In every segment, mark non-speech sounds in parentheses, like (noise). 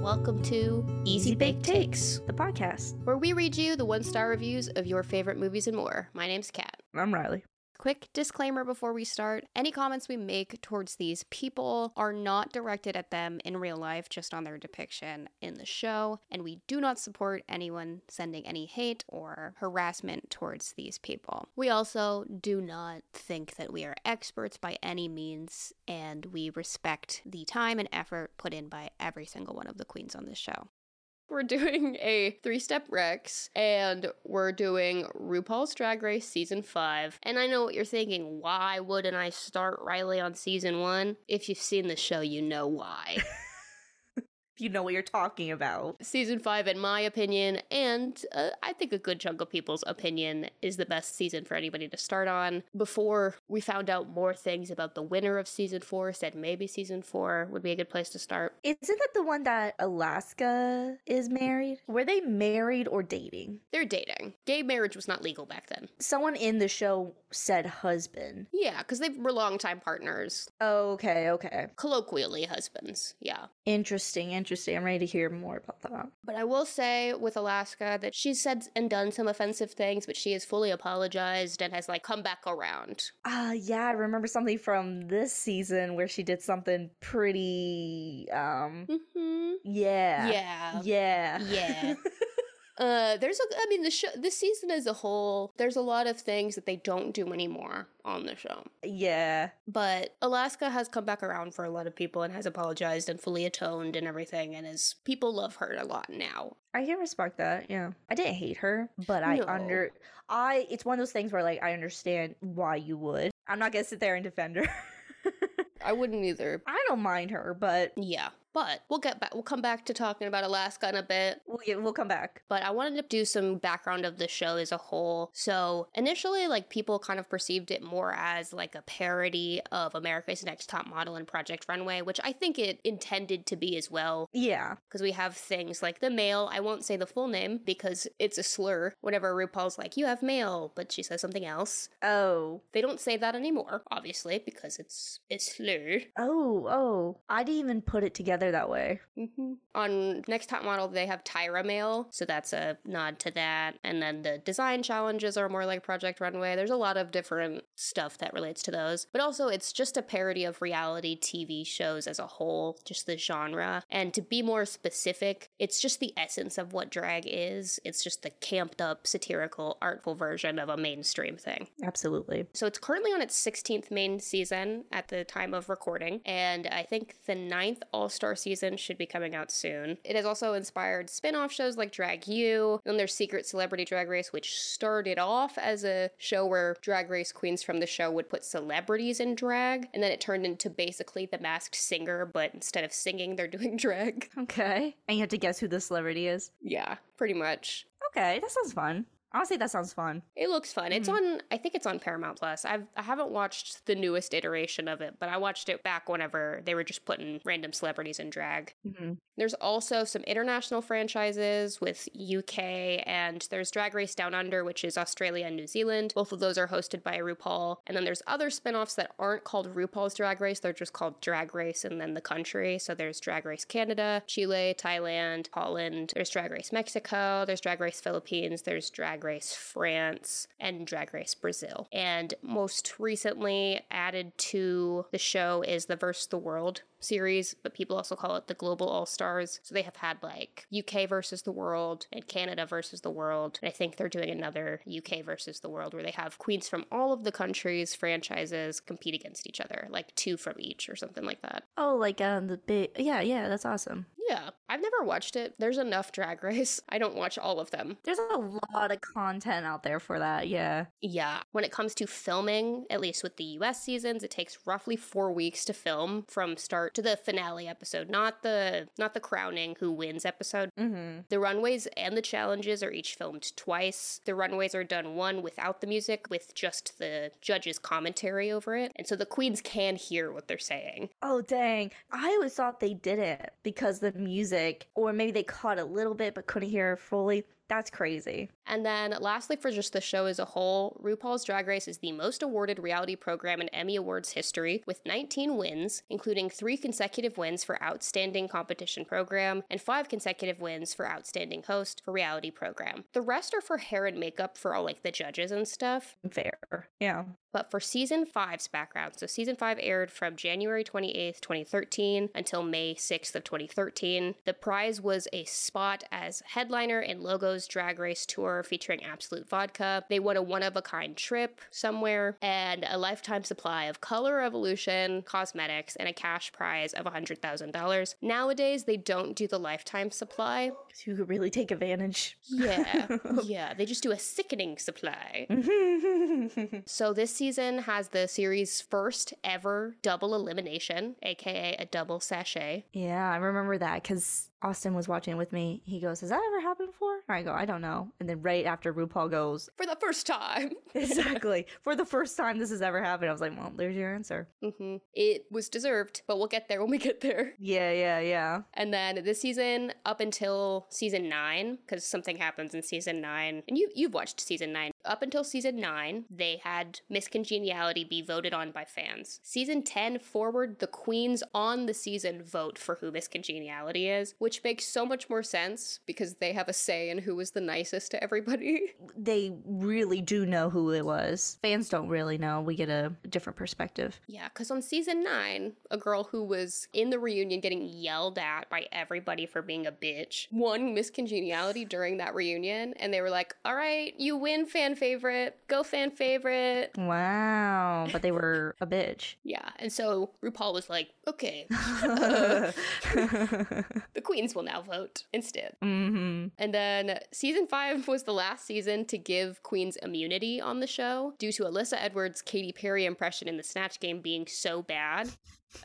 welcome to Easy Bake Takes, the podcast. where we read you the one star reviews of your favorite movies and more. My name's Kat. I'm Riley. Quick disclaimer before we start any comments we make towards these people are not directed at them in real life, just on their depiction in the show, and we do not support anyone sending any hate or harassment towards these people. We also do not think that we are experts by any means, and we respect the time and effort put in by every single one of the queens on this show. We're doing (laughs) a three step Rex and we're doing RuPaul's Drag Race season five. And I know what you're thinking why wouldn't I start Riley on season one? If you've seen the show, you know why. If you know what you're talking about. season five, in my opinion, and uh, I think a good chunk of people's opinion, is the best season for anybody to start on. Before we found out more things about the winner of season four, said maybe season four would be a good place to start. Isn't that the one that Alaska is married? Were they married or dating? They're dating. Gay marriage was not legal back then. Someone in the show said husband. Yeah, because they were longtime partners. Okay, okay. colloquially husbands yeah Interesting, interesting. I'm ready to hear more about that. but i will say with alaska that she's said and done some offensive things but she has fully apologized and has like come back around Ah, yeah, I remember something from this season where she did something pretty um mm-hmm. yeah. yeah Yeah. Yeah. uh there's a i mean the show this season as a whole there's a lot of things that they don't do anymore on the show (laughs) yeah. but alaska has come back around for a lot of people and has apologized and fully atoned and everything and is people love her a lot now I can respect that. Yeah. I didn't hate her, but I No. under I it's one of those things where like I understand why you would. I'm not going to sit there and defend her. (laughs) i wouldn't either I don't mind her, but yeah but we'll get back we'll come back to talking about alaska in a bit we'll get, we'll come back. but I wanted to do some background of the show as a whole. So, initially, like people kind of perceived it more as like a parody of America's Next Top Model and Project Runway, which I think it intended to be as well, Yeah. because we have things like the male. I won't say the full name because it's a slur whenever RuPaul's like, you have male, but she says something else. Oh. They don't say that anymore, obviously, because it's it's slur. Oh, oh. I didn't even put it together that way. Mm-hmm. On Next Top Model, they have Tyra Mail, so that's a nod to that. And then the design challenges are more like Project Runway. There's a lot of different stuff that relates to those. But also, it's just a parody of reality TV shows as a whole, just the genre. And to be more specific, it's just the essence of what drag is. It's just the camped up, satirical, artful version of a mainstream thing. Absolutely. So it's currently on its 16th main season at the time of recording, and I think the ninth All Star season should be coming out soon. It has also inspired spin off shows like Drag U, and there's Secret Celebrity Drag Race, which started off as a show where drag race queens from the show would put celebrities in drag, and then it turned into basically the masked singer, but instead of singing, they're doing (laughs) drag. Okay. And you have to guess who the celebrity is. Yeah, pretty much. Okay, that sounds fun. Honestly, that sounds fun. It looks fun. It's on. I think it's on Paramount Plus. I've I haven't watched the newest iteration of it, but I watched it back whenever they were just putting random celebrities in drag. Mm-hmm. There's also some international franchises with UK, and there's Drag Race Down Under, which is Australia and New Zealand. Both of those are hosted by RuPaul. And then there's other spin offs that aren't called RuPaul's Drag Race, they're just called Drag Race and then the country. So there's Drag Race Canada, Chile, Thailand, Holland, there's Drag Race Mexico, there's Drag Race Philippines, there's Drag Race France, and Drag Race Brazil. And most recently added to the show is the Verse the World series, but people also call it the Global All Stars. So they have had like UK versus the world and Canada versus the world. And I think they're doing another UK versus the world where they have queens from all of the countries, franchises compete against each other, like two from each or something like that. Oh, like um the big yeah, yeah, that's awesome. Yeah, I've never watched it. There's enough drag race. (laughs) I don't watch all of them. There's a lot of content out there for that, yeah. Yeah. When it comes to filming, at least with the US seasons, it takes roughly 4 weeks to film from start to the finale episode, not the not the crowning who wins episode, Mm-hmm. The runways and the challenges are each filmed twice. The runways are done one without the music, with just the judges' commentary over it. And so the queens can hear what they're saying. Oh dang. I always thought they did it because the music or maybe they caught a little bit but couldn't hear it fully. That's crazy. And then, lastly, for just the show as a whole, RuPaul's Drag Race is the most awarded reality program in Emmy Awards history, with 19 wins, including three consecutive wins for Outstanding Competition Program and five consecutive wins for Outstanding Host for Reality Program. The rest are for hair and makeup for all like the judges and stuff. Fair. Yeah. But for season five's background, so season five aired from January 28th, 2013 until May 6th of 2013. The prize was a spot as headliner in Logo's Drag Race tour featuring Absolute Vodka. They won a one of a kind trip somewhere and a lifetime supply of Color Revolution cosmetics and a cash prize of $100,000. Nowadays, they don't do the lifetime supply. So you could really take advantage. (laughs) Yeah, yeah, they just do a sickening supply. That's So this season has the series' first ever double elimination, aka a double sachet. Yeah, I remember that because Austin was watching with me. He goes, Has that ever happened before? And I go, I don't know. And then right after RuPaul goes, (laughs) For the first time. Exactly. For the first time this has ever happened, I was like, Well, there's your answer. hmm It was deserved, but we'll get there when we get there. Yeah, yeah, yeah. And then this season, up until season nine, because something happens in season nine, and you you've watched season nine. Up until season nine, they had Miss Congeniality be voted on by fans. Season ten forward, the queens on the season vote for who Miss Congeniality is, which makes so much more sense because they have a say in who was the nicest to everybody. (laughs) They really do know who it was. Fans don't really know. We get a different perspective. Yeah, because on season nine, a girl who was in the reunion getting yelled at by everybody for being a bitch won Miss Congeniality during that reunion. And they were like, all right, you win fan favorite. Go fan favorite. Wow. But they were a bitch. Yeah. And so RuPaul was like, okay, the queens will now vote instead. hmm And then season five was the last season to give Queen's immunity on the show due to Alyssa Edwards' Katy Perry impression in the Snatch game being so bad.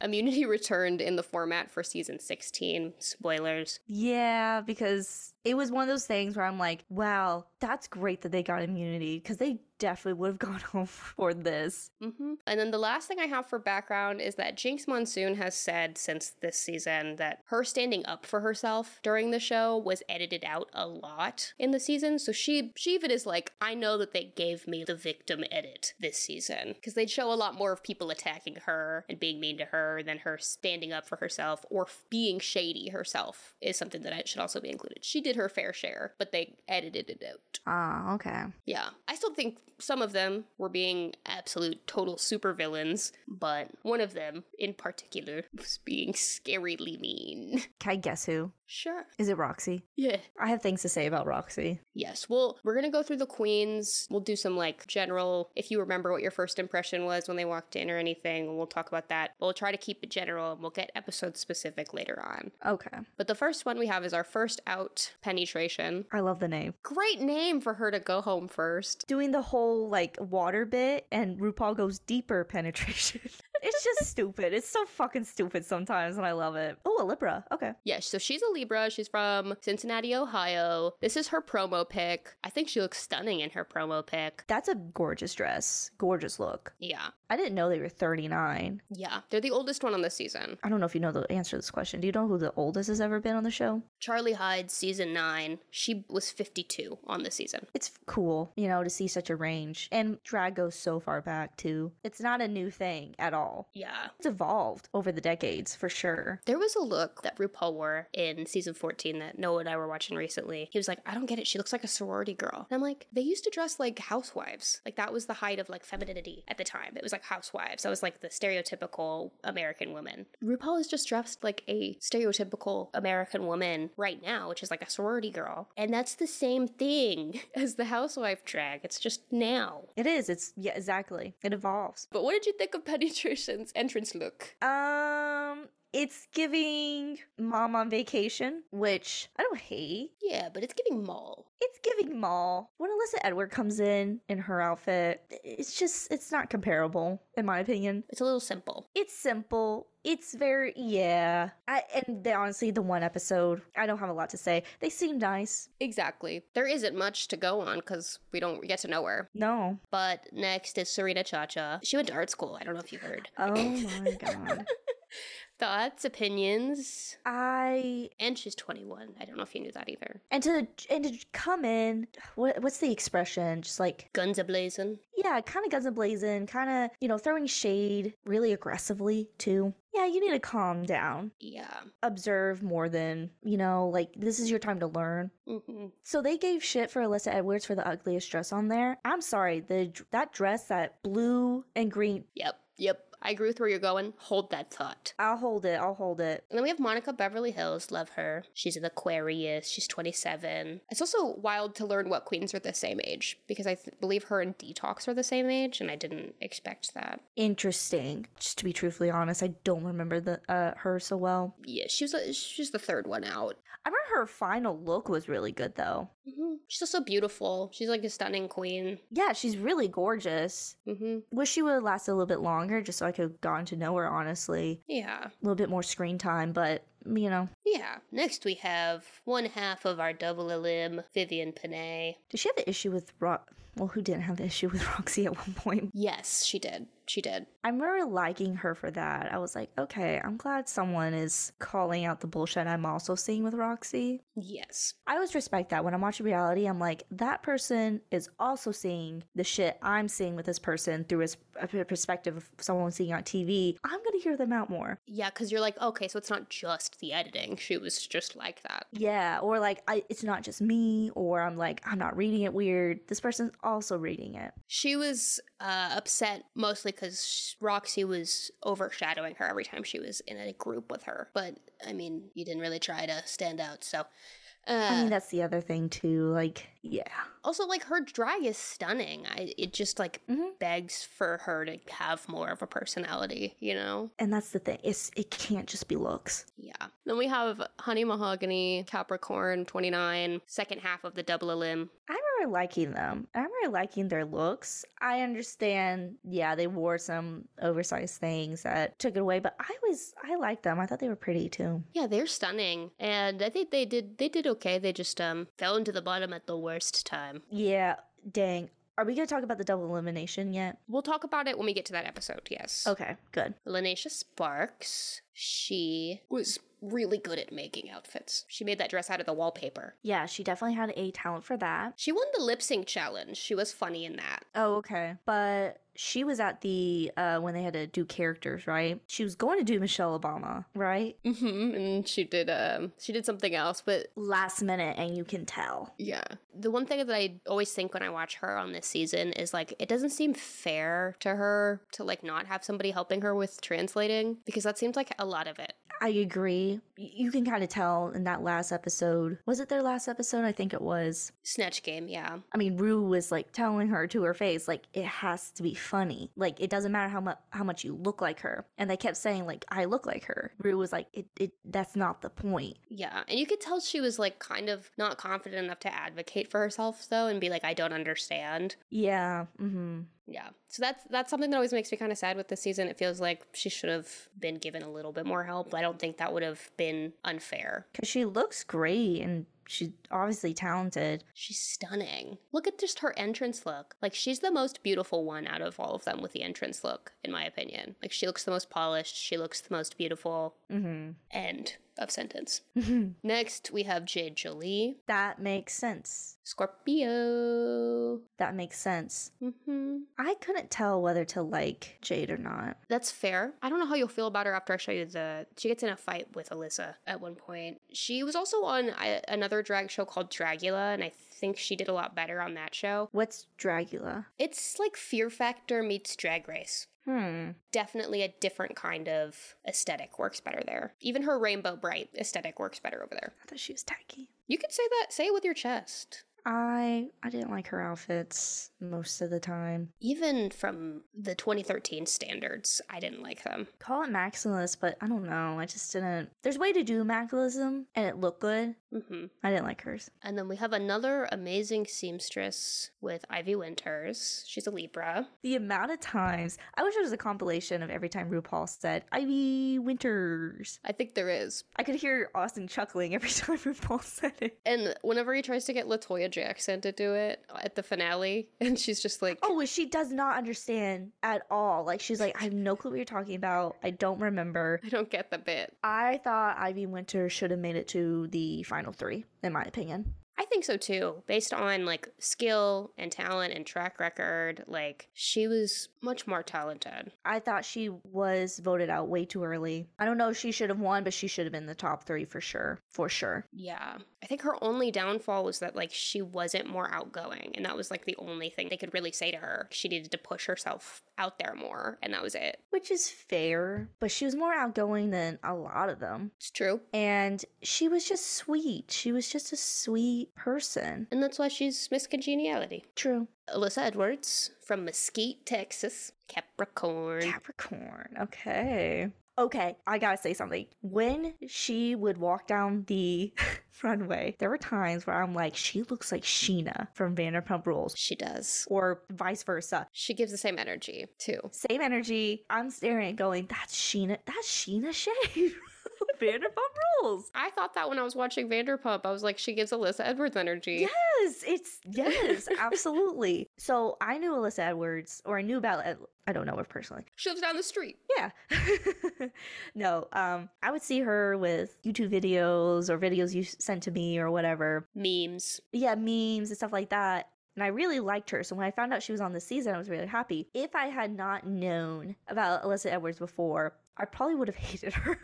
Immunity returned in the format for season 16. Spoilers. Yeah, because it was one of those things where I'm like, wow, that's great that they got immunity because they definitely would have (laughs) gone home for this. hmm And then the last thing I have for background is that Jinx Monsoon has said since this season that her standing up for herself during the show was edited out a lot in the season. So she she even is like, I know that they gave me the victim edit this season because they'd show a lot more of people attacking her and being mean to her than her standing up for herself or f- being shady herself is something that I- should also be included. She did her fair share, but they edited it out. Ah, okay. Yeah. I still think some of them were being absolute total supervillains, but one of them in particular was being scarily mean. Can I guess who? Sure. Is it Roxy? Yeah. I have things to say about Roxy. Yes. Well, we're going to go through the queens. We'll do some like general, if you remember what your first impression was when they walked in or anything, we'll talk about that. But we'll try to keep it general and we'll get episode specific later on. Okay. But the first one we have is our first out penetration. I love the name. Great name for her to go home first. Doing the whole like water bit and RuPaul goes deeper (laughs) penetration. it's just stupid. It's so fucking stupid sometimes and I love it. Oh, a Libra. Okay. Yes, so she's a Libra. She's from Cincinnati, Ohio. This is her promo pic. I think she looks stunning in her promo pic. That's a gorgeous dress. Gorgeous look. Yeah, I didn't know they were 39. yeah. They're the oldest one on this season. I don't know if you know the answer to this question. Do you know who the oldest has ever been on the show? Charlie Hyde, season nine. She was 52 on this season. It's f- cool, you know, to see such a range. And drag goes so far back, too. It's not a new thing at all. Yeah. It's evolved over the decades, for sure. There was a look that RuPaul wore in season 14 that Noah and I were watching recently. He was like, I don't get it. She looks like a sorority girl. And I'm like, they used to dress like housewives. Like, that was the height of like femininity at the time. It was like housewives. That was like the stereotypical American woman. RuPaul is just dressed like a stereotypical American woman right now, which is like a sorority girl. And that's the same thing (laughs) as the housewife drag. It's just now. It is. It's, yeah, exactly. It evolves. But what did you think of Penetration's entrance look? Um,. It's giving mom on vacation, which I don't hate. Yeah, but it's giving mall. It's giving mall. When Alyssa Edward comes in in her outfit, it's just, it's not comparable, in my opinion. It's a little simple. it's simple it's very yeah I, and they, honestly the one episode i don't have a lot to say they seem nice Exactly. There isn't much to go on because we don't get to know her. no But next is Serena Chacha. She went to art school. I don't know if you heard. oh my Oh god Thoughts, opinions. I And she's 21. I don't know if you knew that either. and to and to come in. What what's the expression? Just like Guns ablazing. yeah, kind of guns ablazing, kind of you know throwing shade really aggressively too. Yeah, you need to calm down, Yeah. observe more than you know. Like this is your time to learn. hmm So they gave shit for Alyssa Edwards for the ugliest dress on there. I'm sorry, the that dress, that blue and green. Yep. Yep. I agree with where you're going. Hold that thought. I'll hold it. I'll hold it. And then we have Monica Beverly Hills. Love her. She's an Aquarius. She's 27. It's also wild to learn what queens are the same age because I th- believe her and Detox are the same age, and I didn't expect that. Interesting. Just to be truthfully honest, I don't remember the uh, her so well. Yeah, she was. A, she's the third one out. I remember her final look was really good though. hmm She's also beautiful. She's like a stunning queen. Yeah, she's really gorgeous. hmm Wish she would have lasted a little bit longer, just so I could have gotten to know her. Honestly, Yeah. a little bit more screen time, but you know, Yeah. Next, we have one half of our double LM, Vivian Panay. did she have an issue with Ro- Well, who didn't have an issue with (laughs) Roxy at one point? Yes, she did. She did. I remember liking her for that. I was like, okay, I'm glad someone is calling out the bullshit I'm also seeing with Roxy. Yes. I always respect that when I'm watching reality, I'm like, that person is also seeing the shit I'm seeing with this person through his a p- perspective of someone seeing on TV. I'm gonna hear them out more. Yeah, because you're like, okay, so it's not just the editing. She was just like that. Yeah, or like, I, it's not just me, or I'm like, I'm not reading it weird. This person's also reading it. She was uh, upset mostly because Roxy was overshadowing her every time she was in a group with her. But I mean, you didn't really try to stand out. So, uh, I mean, that's the other thing too. Like, yeah. also like her drag is stunning. I it just like Mhm. begs for her to have more of a personality. You know? And that's the thing. It's it can't just be looks. Yeah. Then we have Honey Mahogany Capricorn 29, second half of the double limb. I remember liking them. I remember liking their looks. I understand, yeah, they wore some oversized things that took it away, but I was I liked them. I thought they were pretty too. Yeah, they're stunning, and I think they did they did okay. They just um fell into the bottom at the worst time. Yeah, dang. Are we gonna talk about the double elimination yet? We'll talk about it when we get to that episode. Yes. Okay, good. Linacia Sparks. She was really good at making outfits. She made that dress out of the wallpaper. Yeah, she definitely had a talent for that. She won the lip sync challenge. She was funny in that. Oh, okay. But she was at the uh when they had to do characters, right? She was going to do Michelle Obama, right? Mm-hmm. And she did um she did something else, but Last minute and you can tell. Yeah. The one thing that I always think when I watch her on this season is like it doesn't seem fair to her to like not have somebody helping her with translating because that seems like a lot of it. I agree. Y- You can kind of tell in that last episode. Was it their last episode? I think it was. Snatch game, yeah. I mean, Rue was like telling her to her face, like it has to be funny. Like it doesn't matter how much how much you look like her. And they kept saying like I look like her. Rue was like it, it that's not the point. Yeah. And you could tell she was like kind of not confident enough to advocate for herself though and be like I don't understand. Yeah. Mm-hmm. Yeah. So that's that's something that always makes me kind of sad with this season. It feels like she should have been given a little bit more help. I don't think that would have been unfair. Cause she looks great and she's obviously talented. She's stunning. Look at just her entrance look. Like, she's the most beautiful one out of all of them with the entrance look, in my opinion. Like, she looks the most polished, she looks the most beautiful. Mm-hmm. End of sentence. Next, we have Jade Jolie, that makes sense. Scorpio. That makes sense. hmm I couldn't tell whether to like Jade or not. That's fair. I don't know how you'll feel about her after I show you the. She gets in a fight with Alyssa at one point. She was also on uh, another drag show called Dragula, and I think she did a lot better on that show. What's Dragula? It's like Fear Factor meets Drag Race. Hmm. definitely a different kind of aesthetic works better there. Even her rainbow bright aesthetic works better over there. I thought she was tacky. You could say that, say it with your chest. I I didn't like her outfits most of the time. Even from the 2013 standards, I didn't like them. Call it maximalist, but I don't know. I just didn't. There's a way to do maximalism and it looked good, hmm I didn't like hers. And then we have another amazing seamstress with Ivy Winters. She's a Libra. The amount of times I wish there was a compilation of every time RuPaul said Ivy Winters. I think there is. I could hear Austin chuckling every (laughs) time RuPaul said it. And whenever he tries to get Latoya Jackson to do it at the finale, (laughs) and she's just like, Oh, and she does not understand at all. Like she's like, I have no clue what you're talking about. I don't remember. I don't get the bit. I thought Ivy Winter should have made it to the final three, in my opinion. I think so too, based on like skill and talent and track record. Like, she was much more talented. I thought she was voted out way too early. I don't know if she should have won, but she should have been in the top three for sure. For sure. Yeah. I think her only downfall was that like she wasn't more outgoing and that was like the only thing they could really say to her. She needed to push herself out there more and that was it. Which is fair, but she was more outgoing than a lot of them. It's true. And she was just sweet. She was just a sweet person. And that's why she's Miss Congeniality. True. Alyssa Edwards from Mesquite, Texas, Capricorn. Capricorn. Okay. Okay, I gotta say something. When she would walk down the (laughs) runway, there were times where I'm like, she looks like Sheena from Vanderpump Rules, she does. or vice versa. She gives the same energy too. Same energy. I'm staring at going, that's Sheena. That's Sheena Shea. (laughs) from Vanderpump Rules. I thought that when I was watching Vanderpump, I was like, she gives Alyssa Edwards energy. Yes, it's yes, absolutely. So I knew Alyssa Edwards, or I knew about. Ed- I don't know her personally. She lives down the street. Yeah. (laughs) no, um, I would see her with YouTube videos or videos you s- sent to me or whatever. Memes. Yeah, memes and stuff like that. And I really liked her. So when I found out she was on this season, I was really happy. If I had not known about Alyssa Edwards before, I probably would have (laughs) hated her.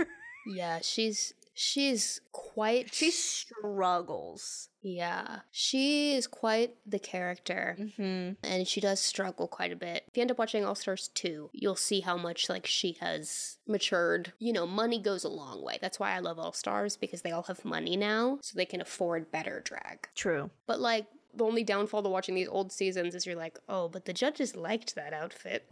Yeah, she's she's quite she struggles. Yeah. She is quite the character Mm-hmm. and she does struggle quite a bit. If you end up watching All Stars 2, you'll see how much like she has matured. You know, money goes a long way. That's why I love All Stars because they all have money now, so they can afford better drag. True. (laughs) But like the only downfall to watching these old seasons is you're like, "Oh, but the judges liked that outfit."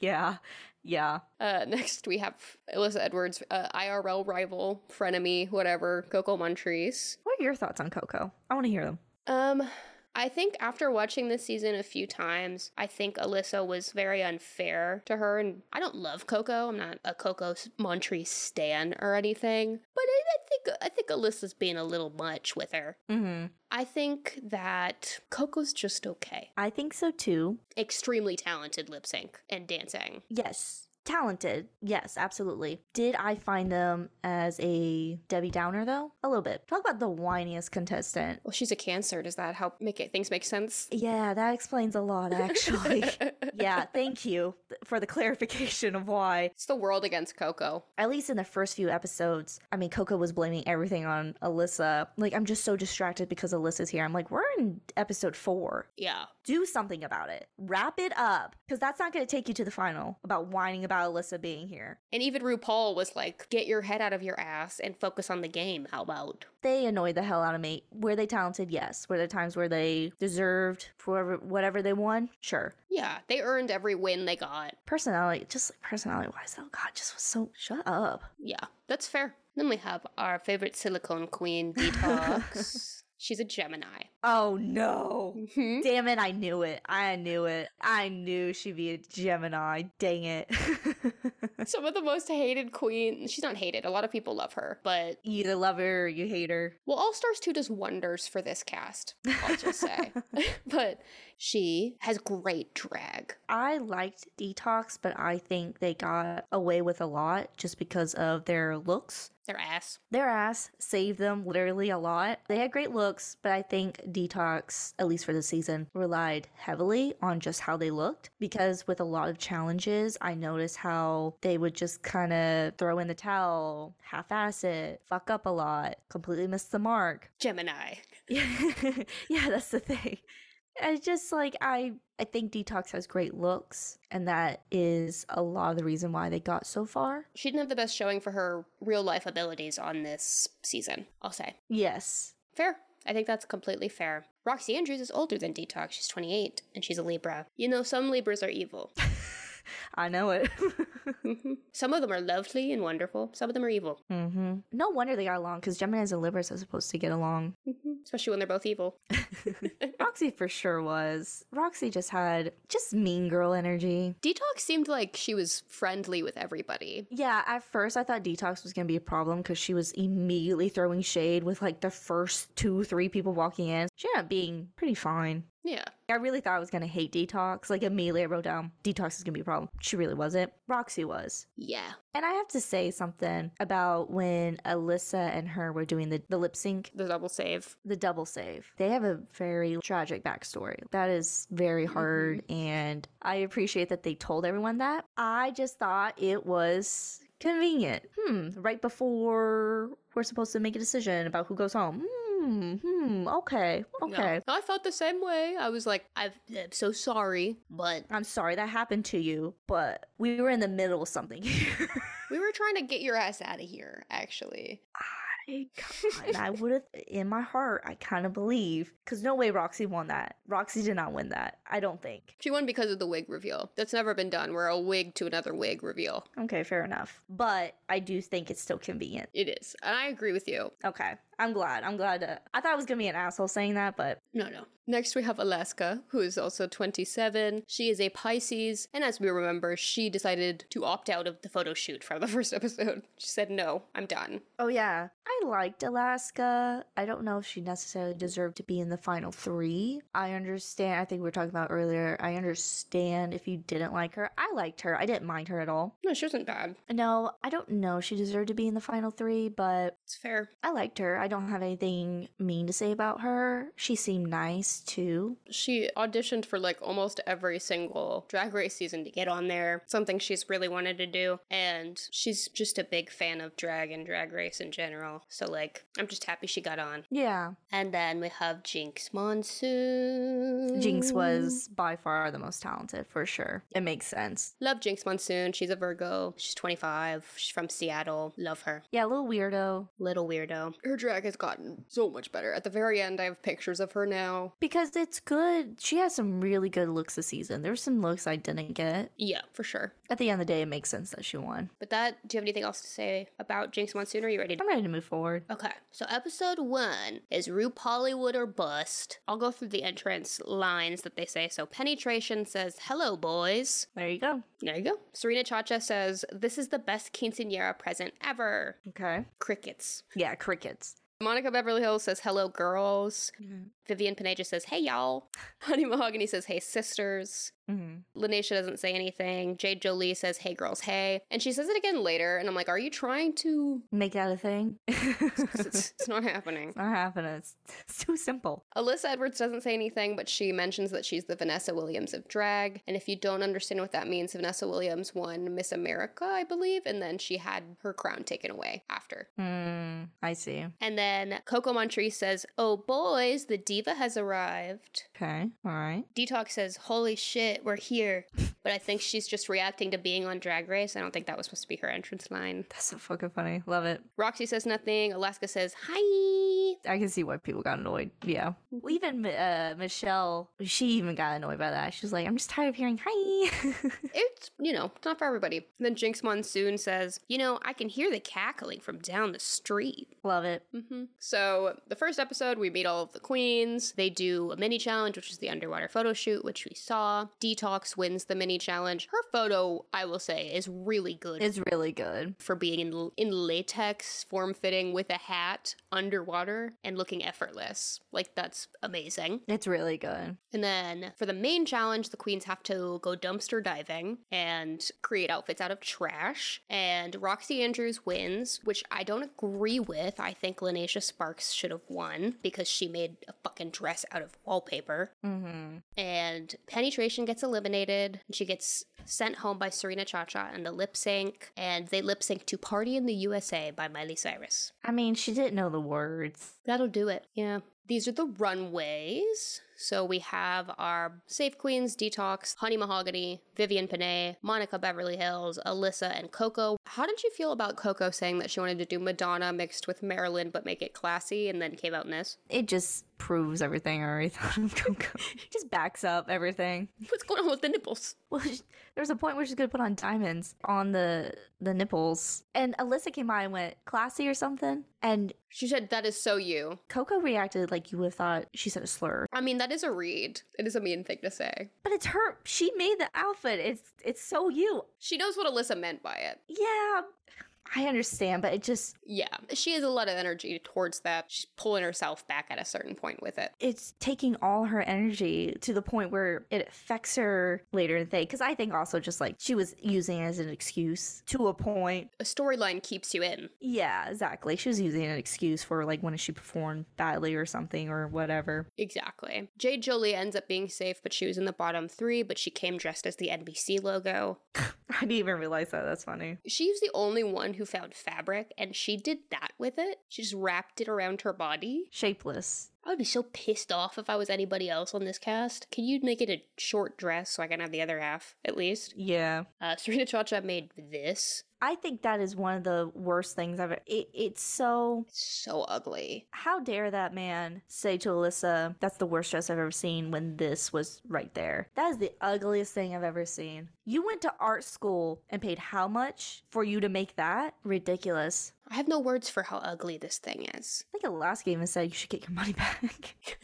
yeah. Yeah. Uh, (laughs) next, we have Alyssa Edwards, uh, IRL rival, frenemy, whatever, Coco Montrese. What are your thoughts on Coco? I want to hear them. Um, I think after watching this season a few times, I think Alyssa was very unfair to her. And I don't love Coco. I'm not a Coco S- Montrese stan or anything. But I, I think I think Alyssa's being a little much with her. Mm-hmm. I think that Coco's just okay. I think so too. Extremely talented lip sync and dancing. Yes. Talented. Yes, absolutely. Did I find them as a Debbie Downer though? A little bit. Talk about the whiniest contestant. Well, she's a Cancer. Does that help make it, things make (laughs) sense? Yeah, that explains a (laughs) lot actually. yeah, thank you th- for the clarification of why. It's the world against Coco. At least in the first few episodes, I mean, Coco was blaming everything on Alyssa. Like, I'm just so distracted because Alyssa's here. I'm like, we're in episode four. Yeah. do something about it. Wrap it up because that's not going to take you to the final about whining about Alyssa being here. And even RuPaul was like, get your head out of your ass and focus on the game. How about? They annoyed the hell out of me. Were they talented? Yes. Were there times where they deserved for whatever they won? Sure. Yeah, they earned every win they got. Personality, just like personality wise, though, God, just was so shut up. Yeah, that's fair. Then we have our favorite silicone (laughs) queen, Detox. She's a Gemini. Oh no. Mm-hmm. Damn it, I knew it. I knew it. I knew she'd be a Gemini. Dang it. (laughs) Some of the most hated queen. She's not hated. A lot of people love her, but you either love her or you hate her. well, All Stars 2 does wonders for this cast, I'll just (laughs) say. but she has great drag. I liked Detox, but I think they got away with a lot just because of their looks. Their ass. Their ass saved them literally a lot. They had great looks, but I think Detox, at least for this season, relied heavily on just how they looked because with a lot of challenges, I noticed how they would just kind of throw in the towel, half ass it, fuck up a lot, completely miss the mark. (laughs) Gemini. yeah, that's the thing. I just like I I think Detox has great looks and that is a lot of the reason why they got so far. She didn't have the best showing for her real life abilities on this season, I'll say. Yes. Fair. I think that's completely fair. Roxy Andrews is older than Detox. She's 28 and she's a Libra. You know, some Libras are evil. (laughs) I know it. (laughs) Mhm. Some of them are lovely and wonderful. Some of them are evil, (laughs) hmm No wonder they got along because Geminis and Libras are supposed to get along. Mhm. especially when they're both evil. Roxy for sure was. Roxy just had just mean girl energy. Detox seemed like she was friendly with everybody. Yeah, at first I thought Detox was gonna be a problem because she was immediately throwing shade with like the first two, three people walking in. She ended up being pretty fine. Yeah. I really thought I was gonna hate Detox. Like immediately I wrote down Detox is gonna be a problem. She really wasn't. Roxy was. Yeah. And I have to say something about when Alyssa and her were doing the, the lip sync, The double save. the double save. They have a very tragic backstory. That is very hard. And I appreciate that they told everyone that. I just thought it was convenient. Hmm. Right before we're supposed to make a decision about who goes home. Hmm. Hmm. Okay. No. Okay. I felt the same way. I was like, I've, I'm so sorry, but I'm sorry that happened to you, but we were in the middle of something (laughs) here. we were trying to get your ass out of here, actually. (laughs) I, God, I would have, in my heart, I kind of believe. Because no way Roxy won that. Roxy did not win that. I don't think. She won because of the wig reveal. That's never been done, where a wig to another wig reveal. Okay, fair enough. But I do think it's still convenient. It is. And I agree with you. Okay, I'm glad. I'm glad. To, I thought I was going to be an asshole saying that, but No, no. Next, we have Alaska, who is also 27. She is a Pisces, and as we remember, she decided to opt out of the photo shoot from the (laughs) first episode. She said, No, I'm done. oh yeah. I liked Alaska. I don't know if she necessarily deserved to be in the final three. I understand. I think we were talking about earlier. I understand if you didn't like her. I liked her. I didn't mind her at all. No, she wasn't bad. No, I don't know if she deserved to be in the final three, but It's fair. I liked her. I don't have anything mean to say about her. She seemed nice too. She auditioned for like almost every single drag race season to get on there, something she's really wanted to do. And she's just a big fan of drag and drag race in general. So, like, I'm just happy she got on. Yeah. And then we have Jinx Monsoon. Jinx was by far the most talented for sure. It makes sense. Love Jinx Monsoon. She's a Virgo. She's 25. She's from Seattle. Love her. Yeah, a little weirdo. Little weirdo. Her drag has gotten so much better. At the very end, I have pictures of her now. Because it's good. She has some really good looks this season. There were some looks I didn't get. Yeah, for sure. At the end of the day, it makes sense that she won. But that, do you have anything else to say about Jinx Monsoon? Are you ready to I'm ready to move forward. Okay, so episode one is Rue Hollywood or Bust. I'll go through the entrance lines that they say. So Penetration says, Hello, boys. There you go. There you go. Serena Chacha says, This is the best quinceanera present ever. Okay. Crickets. Yeah, crickets. Monica Beverly Hills says, Hello, girls. Vivian Paneja says, Hey, y'all. (laughs) Honey Mahogany says, Hey, sisters. Mm-hmm. Lanisha doesn't say anything. Jade Jolie says, Hey, girls, hey. And she says it again later. And I'm like, Are you trying to? (laughs) Make that a thing. (laughs) 'Cause it's It's, it's not happening. (laughs) not happening. It's, it's too simple. Alyssa Edwards doesn't say anything, but she mentions that she's the Vanessa Williams of drag. And if you don't understand what that means, Vanessa Williams won Miss America, I believe, and then she had her crown taken away after. Mm, I see. And then Coco Montrese says, Oh, boys, the diva has arrived. Okay. All right. Detox says, Holy shit, we're here. But I think she's just reacting to being on Drag Race. I don't think that was supposed to be her entrance line. That's so fucking funny. Love it. Roxy says nothing. Alaska says, Hi. I can see why people got annoyed. Yeah. Well, even uh, Michelle, she even got annoyed by that. She's like, I'm just tired of hearing hi. (laughs) It's, you know, it's not for everybody. Then Jinx Monsoon says, You know, I can hear the cackling from down the street. Love it. hmm So, the first episode, we meet all of the queens. They do a mini challenge, which is the underwater photo shoot, which we saw. Detox wins the mini challenge. Her photo, I will say, is really good. It's really good. for being in, in latex, form fitting with a hat, underwater, and looking effortless. Like, that's amazing. It's really good. And then for the main challenge, the queens have to go dumpster diving and create outfits out of trash. And Roxy Andrews wins, which I don't agree with. I think Linacia Sparks should have won because she made a fucking dress out of wallpaper. Mm-hmm. And Penetration gets eliminated. And she gets sent home by Serena Chacha and the lip sync. And they lip sync to Party in the USA by Miley Cyrus. I mean, she didn't know the words. That'll do it. Yeah. These are the runways. So we have our Safe Queens, Detox, Honey Mahogany, Vivian Panay, Monica Beverly Hills, Alyssa, and Coco. How did you feel about Coco saying that she wanted to do Madonna mixed with Marilyn but make it classy and then came out in this? It just proves everything or (laughs) everything. just backs up everything. (laughs) What's going on with the nipples? Well, she, there was a point where she's gonna put on diamonds on the the nipples, and Alyssa came by and went classy or something, and She said, That is so you. Coco reacted like you would have thought she said a slur. I mean, that is a read. It is a mean thing to say. But it's her. She made the outfit. It's it's so you. She knows what Alyssa meant by it. Yeah, I understand, but it just Yeah. She has a lot of energy towards that. She's pulling herself back at a certain point with it. it's taking all her energy to the point where it affects her later in the day. Because I think also just like she was using it as an excuse to a point. A storyline keeps you in. Yeah, exactly. She was using an excuse for like when she performed badly or something or whatever. (laughs) Exactly. Jade Jolie ends up being safe, but she was in the bottom three, but she came dressed as the NBC logo. I didn't even realize that. That's funny. She's the only one who found fabric, and she did that with it. She just wrapped it around her body. Shapeless. I would be so pissed off if I was anybody else on this cast. Can you make it a short dress so I can have the other half, at least? Yeah. Uh, (laughs) Serena Chacha made this. I think that is one of the worst things I've. It, it's so. It's so ugly. How dare that man say to Alyssa, "That's the worst dress I've ever seen." When this was right there, that is the ugliest thing I've ever seen. You went to art school and paid how much for you to make that? Ridiculous. I have no words for how ugly this thing is. (laughs) I think Alaska even said you should get your money (laughs) back.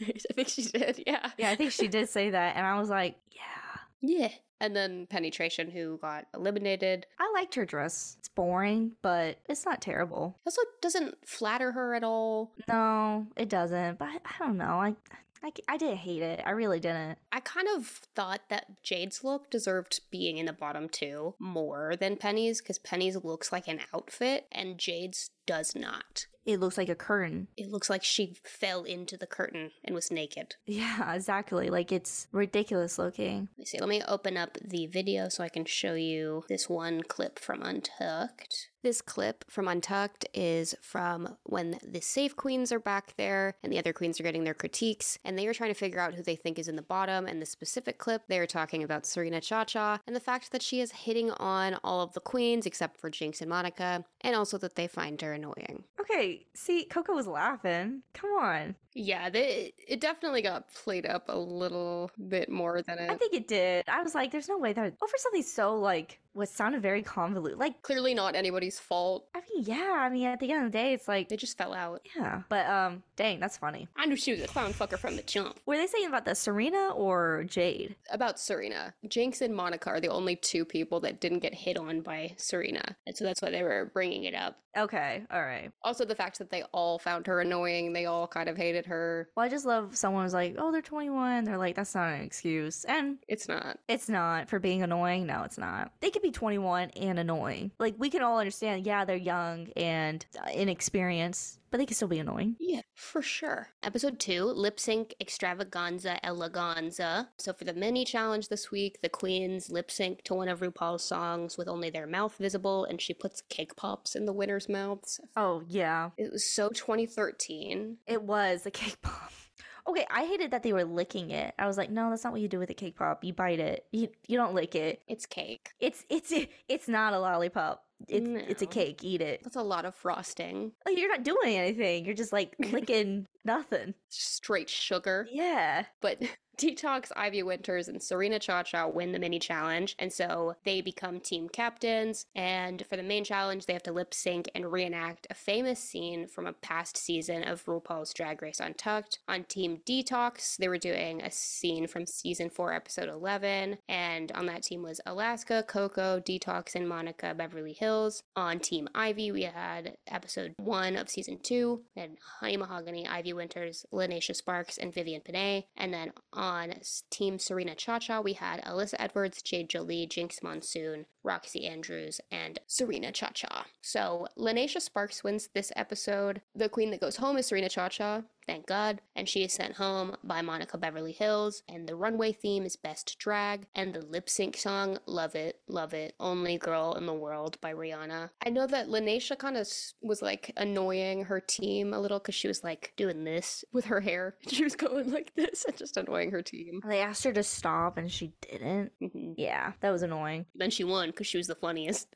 I think she did, yeah. yeah, I think she did say that, and I was like, yeah. Yeah. And then Penetration, who got eliminated, I liked her dress. It's boring, but it's not terrible. also doesn't flatter her at all. No, it doesn't. But I don't know. I, I, I didn't hate it. I really didn't. I kind of thought that Jade's look deserved being in the bottom two more than Penny's because Penny's looks like an outfit and Jade's does not. It looks like a curtain. (laughs) It looks like she fell into the curtain and was naked. Yeah, exactly. Like it's ridiculous looking. Let me see. Let me open up the video so I can show you this one clip from Untucked. This clip from Untucked is from when the Save Queens are back there and the other queens are getting their critiques and they are trying to figure out who they think is in the bottom. And this specific clip, they are talking about Serena Cha Cha and the fact that she is hitting on all of the queens except for Jinx and Monica, and also that they find her annoying. Okay, see, Coco was laughing. Come on. Yeah, they, it definitely got played up a little bit more than I think it did. I was like, there's no way that over something so like what sounded very convoluted. Like, Clearly not anybody's fault. I mean, yeah, I mean, at the end of the day, it's like, They just fell out. yeah. But um, dang, that's funny. I knew she was a clown fucker from the jump. Were they saying about the Serena or Jade? About Serena, Jinx and Monica are the only two people that didn't get hit on by Serena, and so that's why they were bringing it up. Okay, all right. Also, the fact that they all found her annoying, they all kind of hated her. Well, I just love someone was like, oh, they're 21. They're like, that's not an excuse. And It's not. it's not for being annoying. No, it's not. They could be 21 and annoying. Like, we can all understand, yeah, they're young and uh, inexperienced, but they can still be annoying. Yeah, for sure. Episode 2, Lip Sync Extravaganza Eleganza. So, for the mini challenge this week, the queens lip sync to one of RuPaul's songs with only their mouth visible, and she puts cake pops in the winners' mouths. Oh, yeah. It was so 2013. It was the cake pop. (laughs) Okay, I hated that they were licking it. I was like, no, that's not what you do with a cake pop. You bite it. You you don't lick it. It's cake. It's it's (laughs) it's not a lollipop. It's it's a No. cake. Eat it. That's a lot of frosting. Like, you're not doing anything. You're just like licking nothing. Straight sugar. Yeah. But (laughs) Detox, Ivy Winters, and Serena Cha Cha win the mini challenge. And so they become team captains. And for the main challenge, they have to lip sync and reenact a famous scene from a past season of RuPaul's Drag Race Untucked. On Team Detox, they were doing a scene from season four, episode 11. And on that team was Alaska, Coco, Detox, and Monica Beverly Hills. On Team Ivy, we had episode one of season two, and Honey Mahogany, Ivy Winters, Linacia Sparks, and Vivian Panay. And then on s- Team Serena Cha Cha, we had Alyssa Edwards, Jade Jolie, Jinx Monsoon, Roxy Andrews, and Serena Cha Cha. So Linacia Sparks wins this episode. The queen that goes home is Serena Cha Cha. Thank God. And she is sent home by Monica Beverly Hills. And the runway theme is Best Drag. And the lip sync song, Love It, Love It, Only Girl in the World by Rihanna. I know that Linacia kind of was like annoying her team a little because she was like doing this with her hair. (laughs) She was going like this and just annoying her team. They asked her to stop and she didn't. Mhm. Yeah, that was annoying. (laughs) (laughs) Then she won because she was the funniest.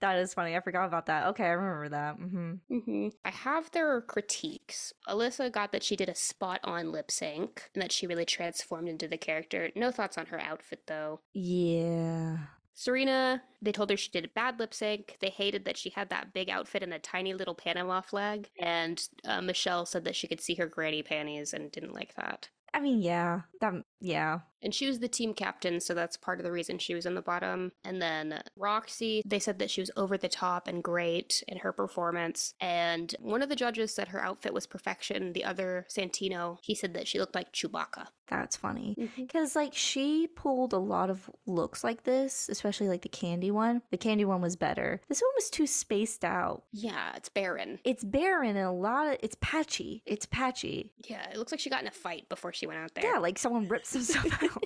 that is funny. I forgot about that. Okay, I remember that. hmm hmm I have their critiques. Alyssa got that she did a spot on lip sync and that she really transformed into the character. No thoughts on her outfit though. Yeah. Serena, they told her she did a bad lip sync. They hated that she had that big outfit and a tiny little Panama flag. And uh, Michelle said that she could see her granny panties and didn't like that. I mean, yeah. That, yeah. And she was the team captain, so that's part of the reason she was in the bottom. And then Roxy, they said that she was over the top and great in her performance. And one of the judges said her outfit was perfection. The other, Santino, he said that she looked like Chewbacca. That's funny. Because, like, she pulled a lot of looks like this, especially like the candy one. The candy one was better. This one was too spaced out. Yeah, it's barren. It's barren and a lot of it's patchy. It's patchy. Yeah, it looks like she got in a fight before she went out there. Yeah, like someone ripped some stuff out. (laughs) (laughs)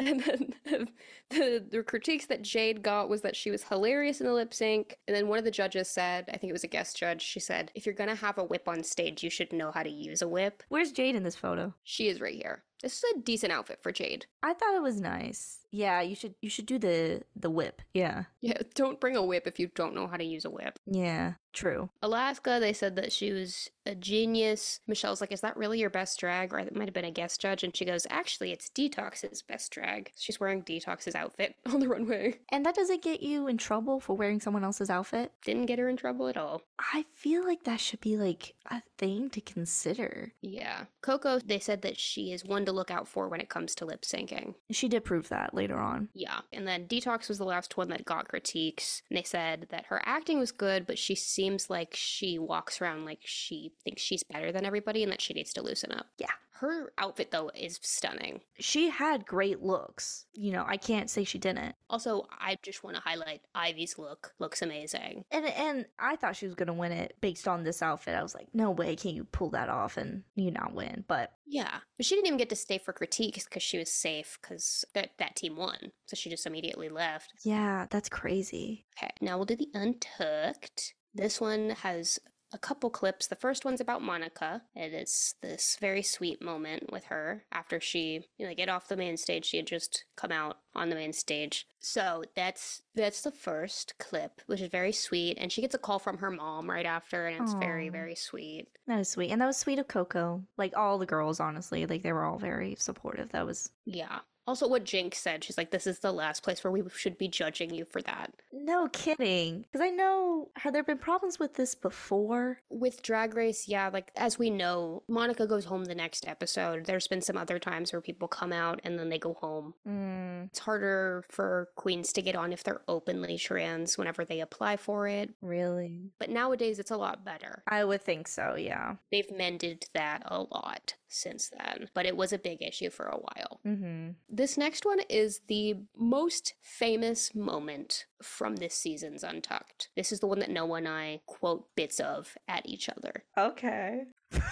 And then (laughs) the, the critiques that Jade got was that she was hilarious in the lip sync. And then one of the judges said, I think it was a guest judge, she said, if you're going to have a whip on stage, you should know how to use a whip. Where's Jade in this photo? She is right here. This is a decent outfit for Jade. (laughs) I thought it was nice. Yeah, you should you should do the the whip. Yeah. Yeah, don't bring a whip if you don't know how to use a whip. Yeah. True. Alaska, they said that she was a genius. Michelle's like, Is that really your best drag? Or it might have been a guest judge. And she goes, Actually, it's Detox's best drag. She's wearing Detox's outfit (laughs) on the runway. And that doesn't get you in trouble for wearing someone else's outfit. Didn't get her in trouble at all. I feel like that should be like a thing to consider. Yeah. Coco, they said that she is one to look out for when it comes to lip syncing. She did prove that later on. Yeah. And then Detox was the last one that got critiques. And they said that her acting was good, but she seems like she walks around like she thinks she's better than everybody and that she needs to loosen up. Yeah. Her outfit, though, is stunning. She had great looks. You know, I can't say she didn't. Also, I just want to highlight Ivy's look. Looks amazing. And and I thought she was gonna win it based on this outfit. I was like, no way can you pull that off and you not win. But Yeah. But she didn't even get to stay for critiques because she was safe because that, that team won. So she just immediately left. yeah, that's crazy. Okay, now we'll do the untucked. This one has a couple clips. The first one's about Monica, and it's this very sweet moment with her after she, you know, get off the main stage. She had just come out on the main stage. So that's that's the first clip, which is very sweet. And she gets a call from her mom right after, and it's very Aw. very sweet. That was sweet. And that was sweet of Coco. Like all the girls, honestly. Like they were all very supportive. That was Yeah. Also, what Jinx said, she's like, "This is the last place where we should be judging you for that." no kidding. Because I know had there been problems with this before? with drag race yeah like as we know monica goes home the next episode there's been some other times where people come out and then they go home Mm, it's harder for queens to get on if they're openly trans whenever they apply for it really? but nowadays it's a lot better I would think so, yeah. they've mended that a lot since then but it was a big issue for a while Mm-hmm. this next one is the most famous moment from this season's untucked this is the one that noah and i quote bits of at each other Okay. (laughs)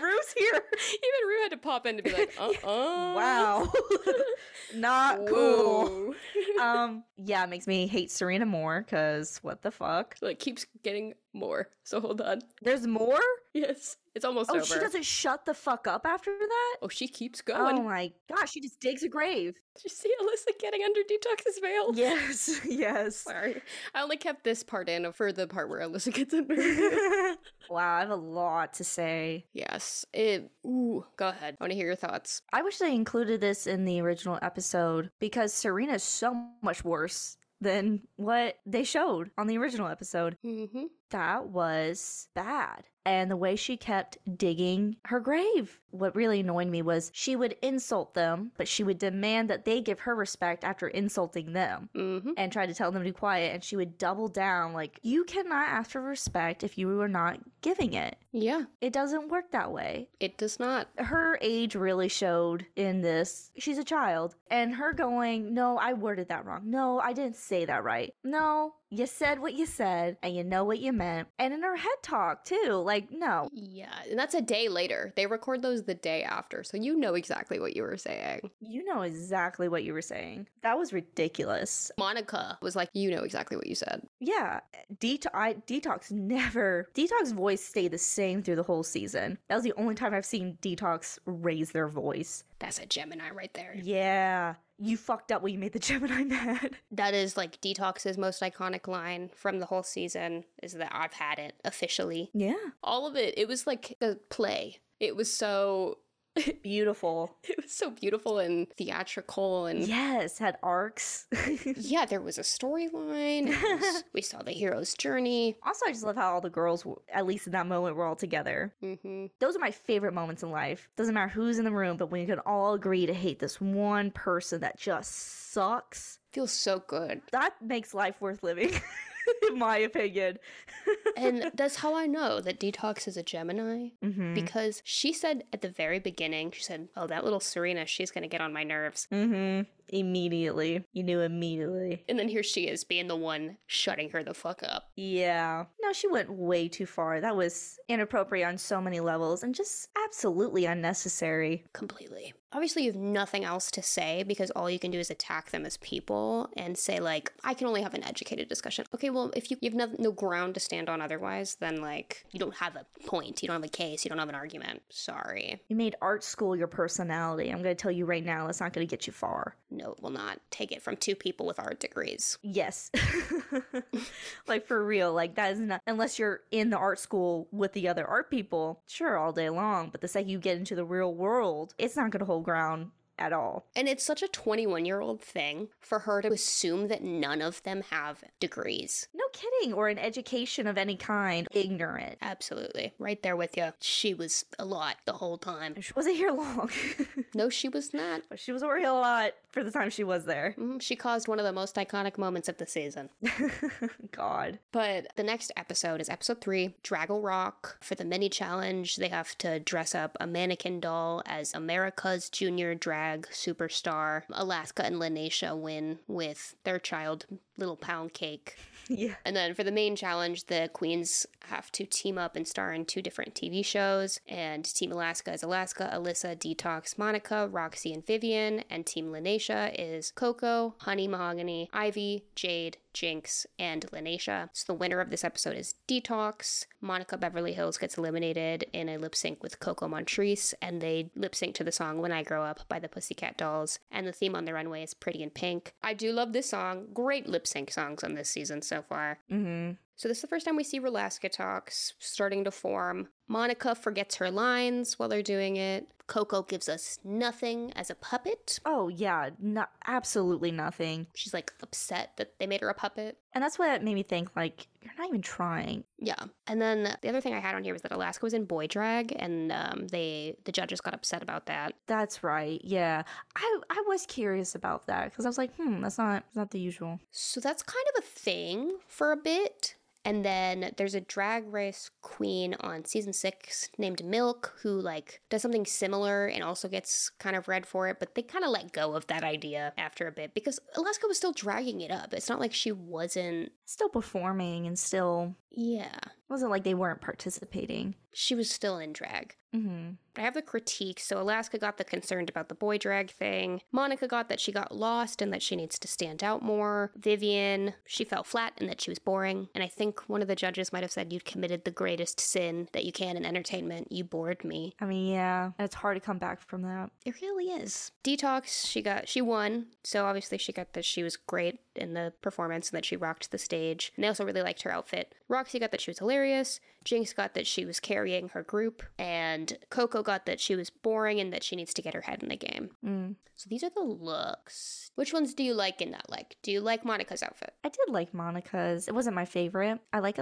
Rue's here. (laughs) Even Rue had to pop in to be (laughs) like, uh uh (laughs) Wow. Not cool. Um, yeah, it makes me hate Serena more because what the fuck? So it keeps getting more. So hold on. (laughs) There's more? Yes. It's almost Oh, over. she doesn't shut the fuck up after that? Oh, she keeps Oh, going. my gosh, she just digs a grave. Did (laughs) you see Alyssa getting under Detox's veil? Yes, (laughs) (laughs) yes. Sorry. I only kept this part in for the part where Alyssa (laughs) gets under her veil. (laughs) wow, I have a lot to say. Yes. It, ooh, go ahead. I want to hear your thoughts. I wish they included this in the original episode because Serena's so much worse than what they showed on the original episode. Mm-hmm. That was bad. And the way she kept digging her grave. What really annoyed me was she would insult them, but she would demand that they give her respect after insulting them Mm-hmm. and tried to tell them to be quiet. And she would double down like, you cannot ask for respect if you are not giving it. Yeah. It doesn't work that way It does not. her age really showed in this. She's a child. And her going, No, I worded that wrong. No, I didn't say that right. No, you said what you said and you know what you meant. And in her head talk, too. Like, no. Yeah. And that's a day later. They record those the day after. So you know exactly what you were saying. You know exactly what you were saying. That was ridiculous. Monica was like, you know exactly what you said. Yeah, Det- I, Detox never. Detox voice stayed the same through the whole season. That was the only time I've seen Detox raise their voice. That's a Gemini right there. Yeah. You fucked up when you made the (laughs) Gemini mad. That is like Detox's most iconic line from the whole season is that I've had it officially. Yeah. All of it, it was like a play. It was so (laughs) Beautiful. it was so beautiful and theatrical and Yes, had arcs. (laughs) yeah, there was a storyline. it (laughs) was- we saw the hero's journey. also, I just love how all the girls, w- at least in that moment, were all together. hmm Those are my favorite moments in life. Doesn't matter who's in the room, but when you can all agree to hate this one person that just sucks, Feels so good. that makes life worth living, (laughs) in my opinion. (laughs) And that's how I know that Detox is a Gemini. Mm-hmm. Because she said at the very beginning, she said, Oh, that little Serena, she's going to get on my nerves. mm-hmm. Immediately. You knew immediately. And then here she is being the one shutting her the fuck up. Yeah. No, she went way too far. That was inappropriate on so many levels and just absolutely unnecessary. completely. Obviously, you have nothing else to say because all you can do is attack them as people and say like, "I can only have an educated discussion." Okay, well, if you, you have no, no ground to stand on otherwise, then like you don't have a point, you don't have a case, you don't have an argument. Sorry, You made art school your personality. I'm going to tell you right now, that's not going to get you far. no, it will not. Take it from two people with art degrees. Yes. (laughs) like for real, like that is not, unless you're in the art school with the other art people, sure, all day long. But the second you get into the real world, it's not going to hold ground at all. And it's such a 21 year old thing for her to assume that none of them have degrees. No kidding. Or an education of any kind. Ignorant. Absolutely. Right there with you. She was a lot the whole time. She wasn't here long. (laughs) No, she was not. But she was already a lot for the time she was there. (laughs) Mhm, She caused one of the most iconic moments of the season. God. But the next episode is episode three, Draggle Rock. For the mini challenge, they have to dress up a mannequin doll as America's junior drag superstar. Alaska and Lanesha win with their child, Little Pound Cake. Yeah. And then for the main challenge, the queens have to team up and star in two different TV shows. And Team Alaska is Alaska, Alyssa, Detox, Monica, Roxy, and Vivian. And Team Lanesha is Coco, Honey, Mahogany, Ivy, Jade, Jinx, and Lanesha. So the winner of this episode is Detox. Monica Beverly Hills gets eliminated in a lip sync with Coco Montrese, and they lip sync to the song When I Grow Up by the Pussycat Dolls. And the theme on the runway is Pretty in Pink. I do love this song. Great lip sync songs on this season so far. Mm So this is the first time we see Relaska talks starting to form. Monica forgets her lines while they're doing it. Coco gives us nothing as a puppet. Oh, yeah. No, absolutely nothing. She's like upset that they made her a puppet. And that's what made me think, like, you're not even trying. Yeah. And then the other thing I had on here was that Alaska was in boy drag and um, they the judges got upset about that. That's right. Yeah. I, I was curious about that because I was like, hmm, that's not, that's not the usual. So that's kind of a thing for a bit. And then there's a drag race queen on season six named Milk who like does something similar and also gets kind of red for it, but they kind of let go of that idea after a bit because Alaska was still dragging it up. It's not like she wasn't Still performing and still yeah. it wasn't like they weren't participating. She was still in drag. Mm-hmm. But I have the critiques. So Alaska got the concerned about the boy drag thing. Monica got that she got lost and that she needs to stand out more. Vivian, she fell flat and that she was boring. And I think one of the judges might have said, You'd committed the greatest sin that you can in entertainment. You bored me. I mean, yeah. And it's hard to come back from that. It really is. Detox, she got she won. So obviously she got that she was great in the performance and that she rocked the stage. And they also really liked her outfit. Roxy got that she was hilarious. Jinx got that she was carrying her group. And Coco got that she was boring and that she needs to get her head in the game. Mm. So these are the looks. Which ones do you like and not like? Do you like Monica's outfit? I did like Monica's. It wasn't my favorite. I like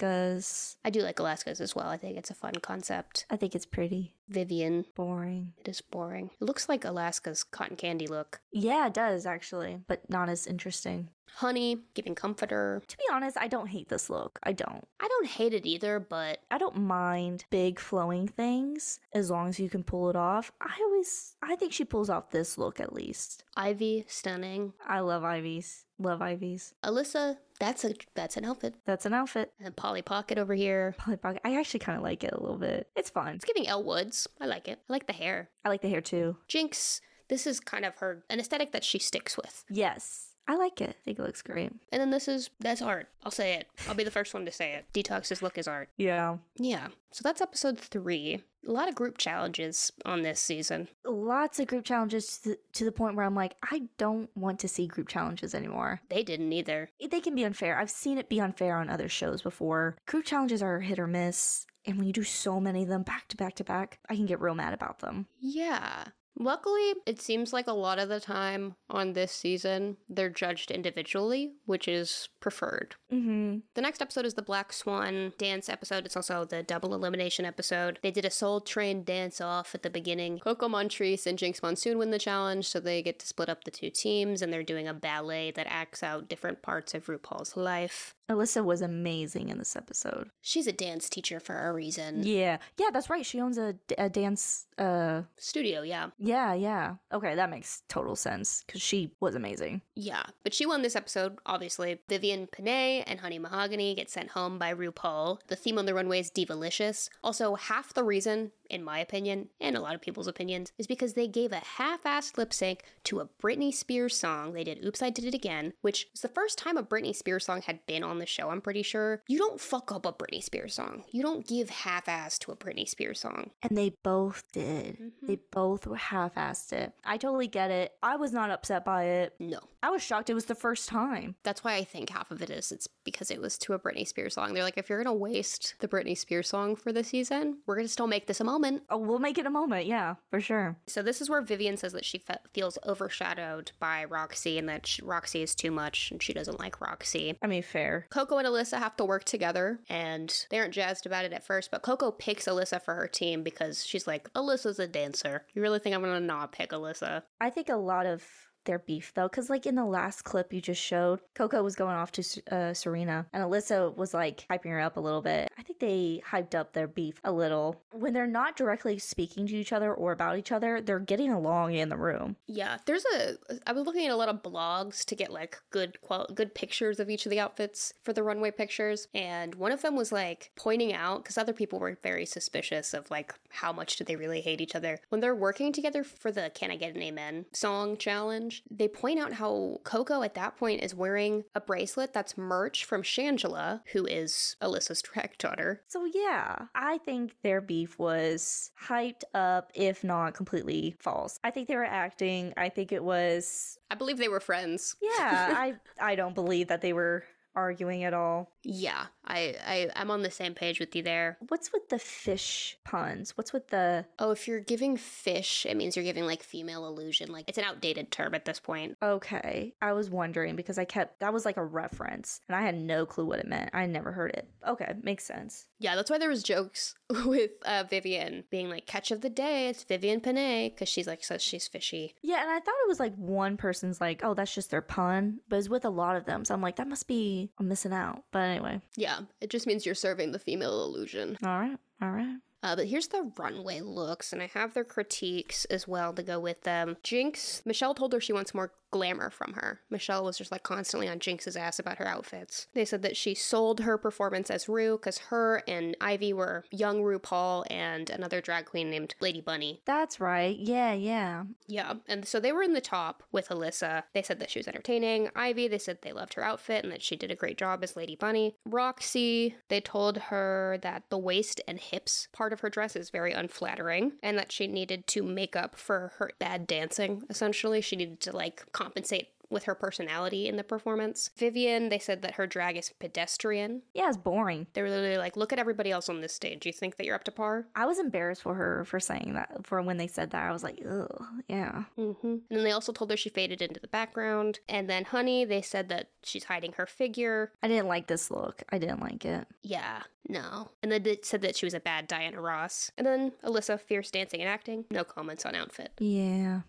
Alaska's. I do like Alaska's as well. I think it's a fun concept. I think it's pretty Vivian, boring. it is boring. It looks like Alaska's cotton candy look. Yeah, it does actually, but not as interesting. Honey, giving comforter. To be honest, I don't hate this look. I don't. I don't hate it either, but I don't mind big flowing things as long as you can pull it off. I always I think she pulls off this look at least. Ivy, stunning. I love Ivy's. Love Ivy's. Alyssa, that's a that's an outfit. That's an outfit. (laughs) And then Polly Pocket over here. Polly Pocket. I actually kind of like it a little bit. It's fun. It's giving Elle Woods. I like it. I like the hair. I like the hair too. Jinx, this is kind of her an aesthetic that she sticks with. Yes. I like it. I think it looks great. And then this is that's art. I'll say it. I'll be the first one to say it. Detox's look is art. Yeah. Yeah. So that's episode three. A lot of group challenges on this season. Lots of group challenges to the, to the point where I'm like, I don't want to see group challenges anymore. They didn't either. They can be unfair. I've seen it be unfair on other shows before. Group challenges are hit or miss. And when you do so many of them back to back to back, I can get real mad about them. Yeah. Luckily, it seems like a lot of the time on this season, they're judged individually, which is preferred. Mm-hmm. The next episode is the Black Swan dance episode. It's also the double elimination episode. They did a Soul Train dance off at the beginning. Coco Montrese and Jinx Monsoon win the challenge, so they get to split up the two teams, and they're doing a ballet that acts out different parts of RuPaul's life. Alyssa was amazing in this episode. She's a dance teacher for a reason. Yeah. Yeah, that's right. She owns a, a dance. Uh, Studio, yeah. yeah, yeah. Okay, that makes total sense because she was amazing. Yeah, but she won this episode, obviously. Vivian Panay and Honey Mahogany get sent home by RuPaul. The theme on the runway is Divalicious. Also, half the reason, in my opinion, and a lot of people's opinions, is because they gave a half assed lip sync to a Britney Spears song. They did Oops, I Did It Again, which was the first time a Britney Spears song had been on the show, I'm pretty sure. You don't fuck up a Britney Spears song. You don't give half ass to a Britney Spears song. And they both did. Mhm. They both were half assed it. I totally get it. I was not upset by it. No. I was shocked it was the first time. That's why I think half of it is it's because it was to a Britney Spears song. They're like, if you're gonna waste the Britney Spears song for the season, we're gonna still make this a moment. Oh, we'll make it a moment. Yeah, for sure. So this is where Vivian says that she fe- feels overshadowed by Roxy and that she- Roxy is too much and she doesn't like Roxy. I mean, fair. Coco and Alyssa have to work together and they aren't jazzed about it at first, but Coco picks Alyssa for her team because she's like, Alyssa's a dancer. You really think I'm gonna not pick Alyssa? I think a lot of their beef though, because like in the last clip you just showed, Coco was going off to S- uh, Serena, and Alyssa was like hyping her up a little bit. I think they hyped up their beef a little. When they're not directly speaking to each other or about each other, they're getting along in the room. Yeah, there's a. I was looking at a lot of blogs to get like good qual- good pictures of each of the outfits for the runway pictures, and one of them was like pointing out because other people were very suspicious of like how much do they really hate each other when they're working together for the "Can I Get an Amen" song challenge. They point out how Coco at that point is wearing a bracelet that's merch from Shangela, who is Alyssa's (laughs) track daughter. So yeah, I think their beef was hyped up, if not completely false. I think they were acting. I think it was I believe they were friends. yeah. I I don't believe that they were arguing at all. Yeah, I, I I'm on the same page with you there. What's with the fish puns? What's with the Oh, if you're giving fish, it means you're giving like female illusion. Like it's an outdated term at this point. okay? I was wondering because I kept that was like a reference and I had no clue what it meant. I never heard it. Okay, makes sense. Yeah, that's why there was jokes (laughs) with uh, Vivian being like catch of the day. It's Vivian Panay because she's like says she's fishy. Yeah, and I thought it was like one person's like, oh, that's just their pun, but it's with a lot of them. So I'm like, that must be I'm missing out. But anyway, Yeah, it just means you're serving the female illusion. all right, all right. Uh, but here's the runway looks, and I have their critiques as well to go with them. Jinx, Michelle told her she wants more glamour from her. Michelle was just like constantly on Jinx's ass about her outfits. They said that she sold her performance as Rue because her and Ivy were young RuPaul and another drag queen named Lady Bunny. That's right. Yeah, yeah. Yeah, and so they were in the top with Alyssa. They said that she was entertaining. Ivy, they said they loved her outfit and that she did a great job as Lady Bunny. Roxy, they told her that the waist and hips part of her dress is very unflattering and that she needed to make up for her bad dancing, essentially. She needed to like compensate with her personality in the performance. Vivian, they said that her drag is pedestrian. Yeah, it's boring. They were literally like, look at everybody else on this stage. You think that you're up to par? I was embarrassed for her for saying that. For when they said that, I was like, ugh, yeah. Mm-hmm. And then they also told her she faded into the background. And then Honey, they said that she's hiding her figure. I didn't like this look. I didn't like it. Yeah, no. And then they said that she was a bad Diana Ross. And then Alyssa, fierce dancing and acting. No comments on outfit. Yeah.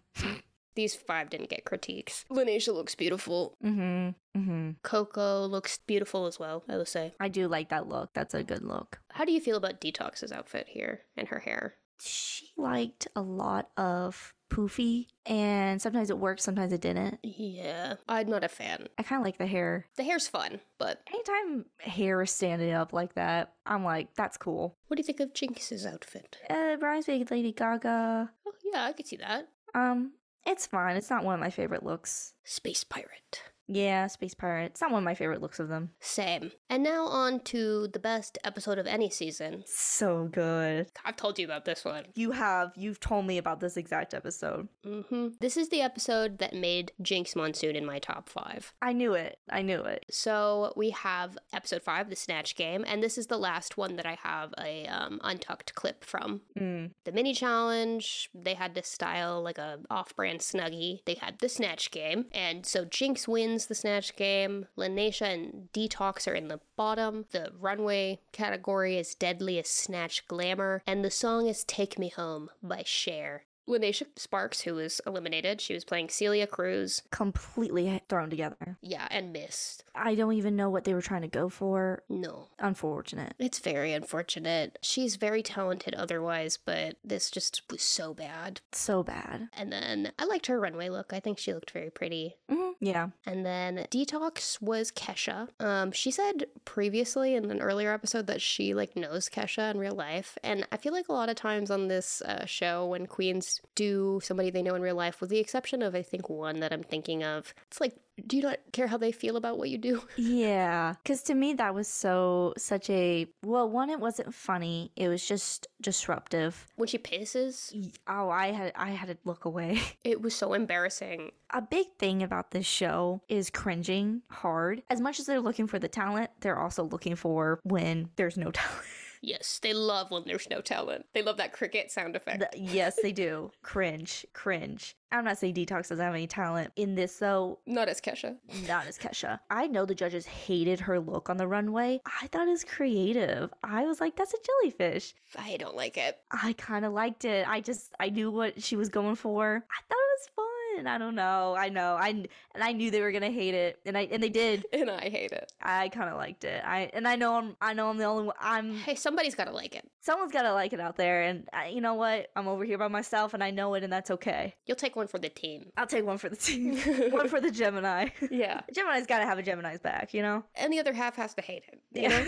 These five didn't get critiques. Lanesha looks beautiful. Mm-hmm. Mm-hmm. Coco looks beautiful as well, I would say. I do like that look. That's a good look. How do you feel about Detox's outfit here and her hair? She liked a lot of poofy, and sometimes it worked, sometimes it didn't. Yeah, I'm not a fan. I kind of like the hair. The hair's fun, but Anytime hair is standing up like that, I'm like, that's cool. what do you think of Jinx's outfit? Uh, it reminds me of Lady Gaga. Oh, yeah, I could see that. Um, it's fine. It's not one of my favorite looks. Space pirate. Yeah, Space Pirates. Not one of my favorite looks of them. Same. And now on to the best episode of any season. So good. I've told you about this one. You have. You've told me about this exact episode. hmm This is the episode that made Jinx Monsoon in my top five. I knew it. I knew it. So we have episode five, the Snatch Game, and this is the last one that I have a um, untucked clip from. Mm. The mini challenge, they had to style like a off-brand snuggie. They had the Snatch Game, and so Jinx wins the Snatch Game. Linacia and Detox are in the bottom. The runway category is Deadliest Snatch Glamour, and the song is Take Me Home by Cher. Linacia Sparks, who was eliminated, she was playing Celia Cruz. Completely thrown together. Yeah, and missed. I don't even know what they were trying to go for. No, Unfortunate. It's very unfortunate. She's very talented otherwise, but this just was so bad. So bad. And then I liked her runway look. I think she looked very pretty. hmm Yeah. And then Detox was Kesha. Um, she said previously in an earlier episode that she like knows Kesha in real life, and I feel like a lot of times on this uh, show when queens do somebody they know in real life, with the exception of I think one that I'm thinking of, it's like, do you not care how they feel about what you do? (laughs) Yeah, because to me that was so such a well. One, it wasn't funny. It was just disruptive. When she pisses, Y- Oh, I had I had to look away. (laughs) it was so embarrassing. A big thing about this show is cringing hard. As much as they're looking for the talent, they're also looking for when there's no (laughs) talent. Yes, they love when there's no talent. They love that cricket sound effect. The- yes, they do. Cringe, cringe. I'm not saying Detox doesn't have any talent in this though. Not as Kesha. Not as Kesha. I know the judges hated her look on the runway. I thought it was creative. I was like, that's a jellyfish. I don't like it. I kind of liked it. I just I knew what she was going for. I thought it was fun. I don't know. I know. I kn- and I knew they were gonna hate it, and I and they did. And I hate it. I kind of liked it. I and I know I'm I know I'm the only one. I'm Hey, somebody's got to like it. someone's gotta like it out there, and I, you know what? I'm over here by myself, and I know it, and that's okay. You'll take one for the team. I'll take one for the (laughs) team, (laughs) (laughs) one for the Gemini. (laughs) yeah. Gemini's gotta have a Gemini's back, you know. And the other half has to hate it. You (laughs) know?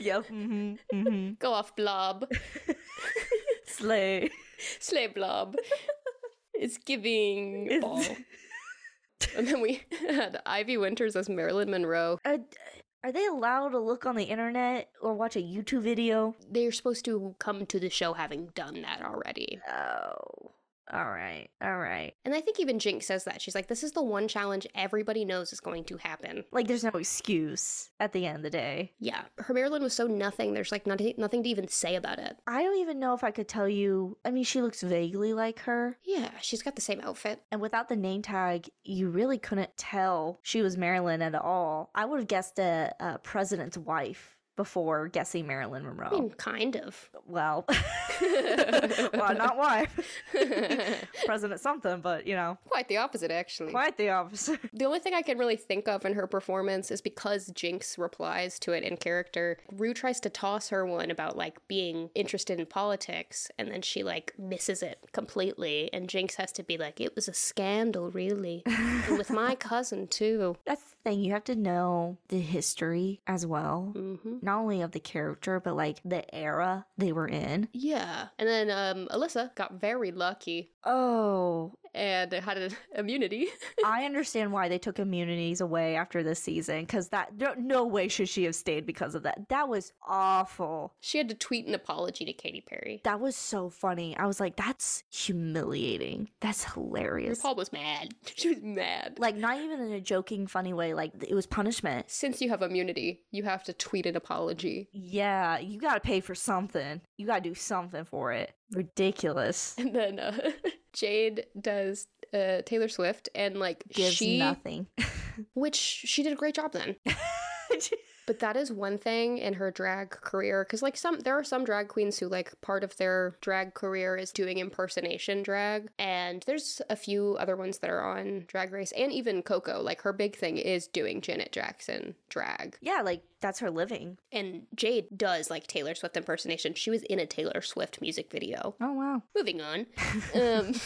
yep. hmm hmm Go off, (laughs) blob. Slay. Slay blob. (laughs) It's giving It's- (laughs) all. And then we (laughs) had Ivy Winters as Marilyn Monroe. Uh, are they allowed to look on the internet or watch a YouTube video? They're supposed to come to the show having done that already. Oh. All right. All right. And I think even Jinx says that. She's like, this is the one challenge everybody knows is going to happen. Like there's no excuse at the end of the day. Yeah, her Maryland was so nothing. There's like nothing, nothing to even say about it. I don't even know if I could tell you. I mean, she looks vaguely like her. Yeah, she's got the same outfit. And without the name tag, you really couldn't tell she was Marilyn at all. I would have guessed a, a president's wife before guessing Marilyn Monroe. I mean, kind of. well, (laughs) well, not wife, (laughs) president something, but you know, (laughs) Quite the opposite, actually. quite the (laughs) opposite. The only thing I can really think of in her performance is because Jinx replies to it in character. Rue tries to toss her one about like being interested in politics, and then she like misses it completely, and Jinx has to be like, "It was a scandal, really, and with my cousin too." That's the thing. You have to know the history as well. hmm not only of the character but like the era they were in. Yeah. And then um, Alyssa got very lucky (laughs) Oh, and had an (laughs) immunity. I understand why they took immunities away after this season because that no, no way should she have stayed because of that. That was awful. she had to tweet an apology to Katy Perry. That was so funny. I was like, that's humiliating. That's hilarious. RuPaul was mad. (laughs) She was mad. Like, not even in a joking, funny way. Like, it was punishment. Since you have immunity, you have to tweet an apology. (laughs) Yeah, you gotta pay for something. You gotta do something for it. (laughs) Ridiculous. And then uh, (laughs) Jade does uh, Taylor Swift and like Gives she, (laughs) nothing. which she did a great job then. But that is one thing in her drag career cuz like some there are some drag queens who like part of their drag career is doing impersonation drag and there's a few other ones that are on Drag Race and even Coco like her big thing is doing Janet Jackson drag. yeah, like, that's her living. And Jade does like Taylor Swift impersonation. She was in a Taylor Swift music video. Oh, wow. Moving on. Um (laughs)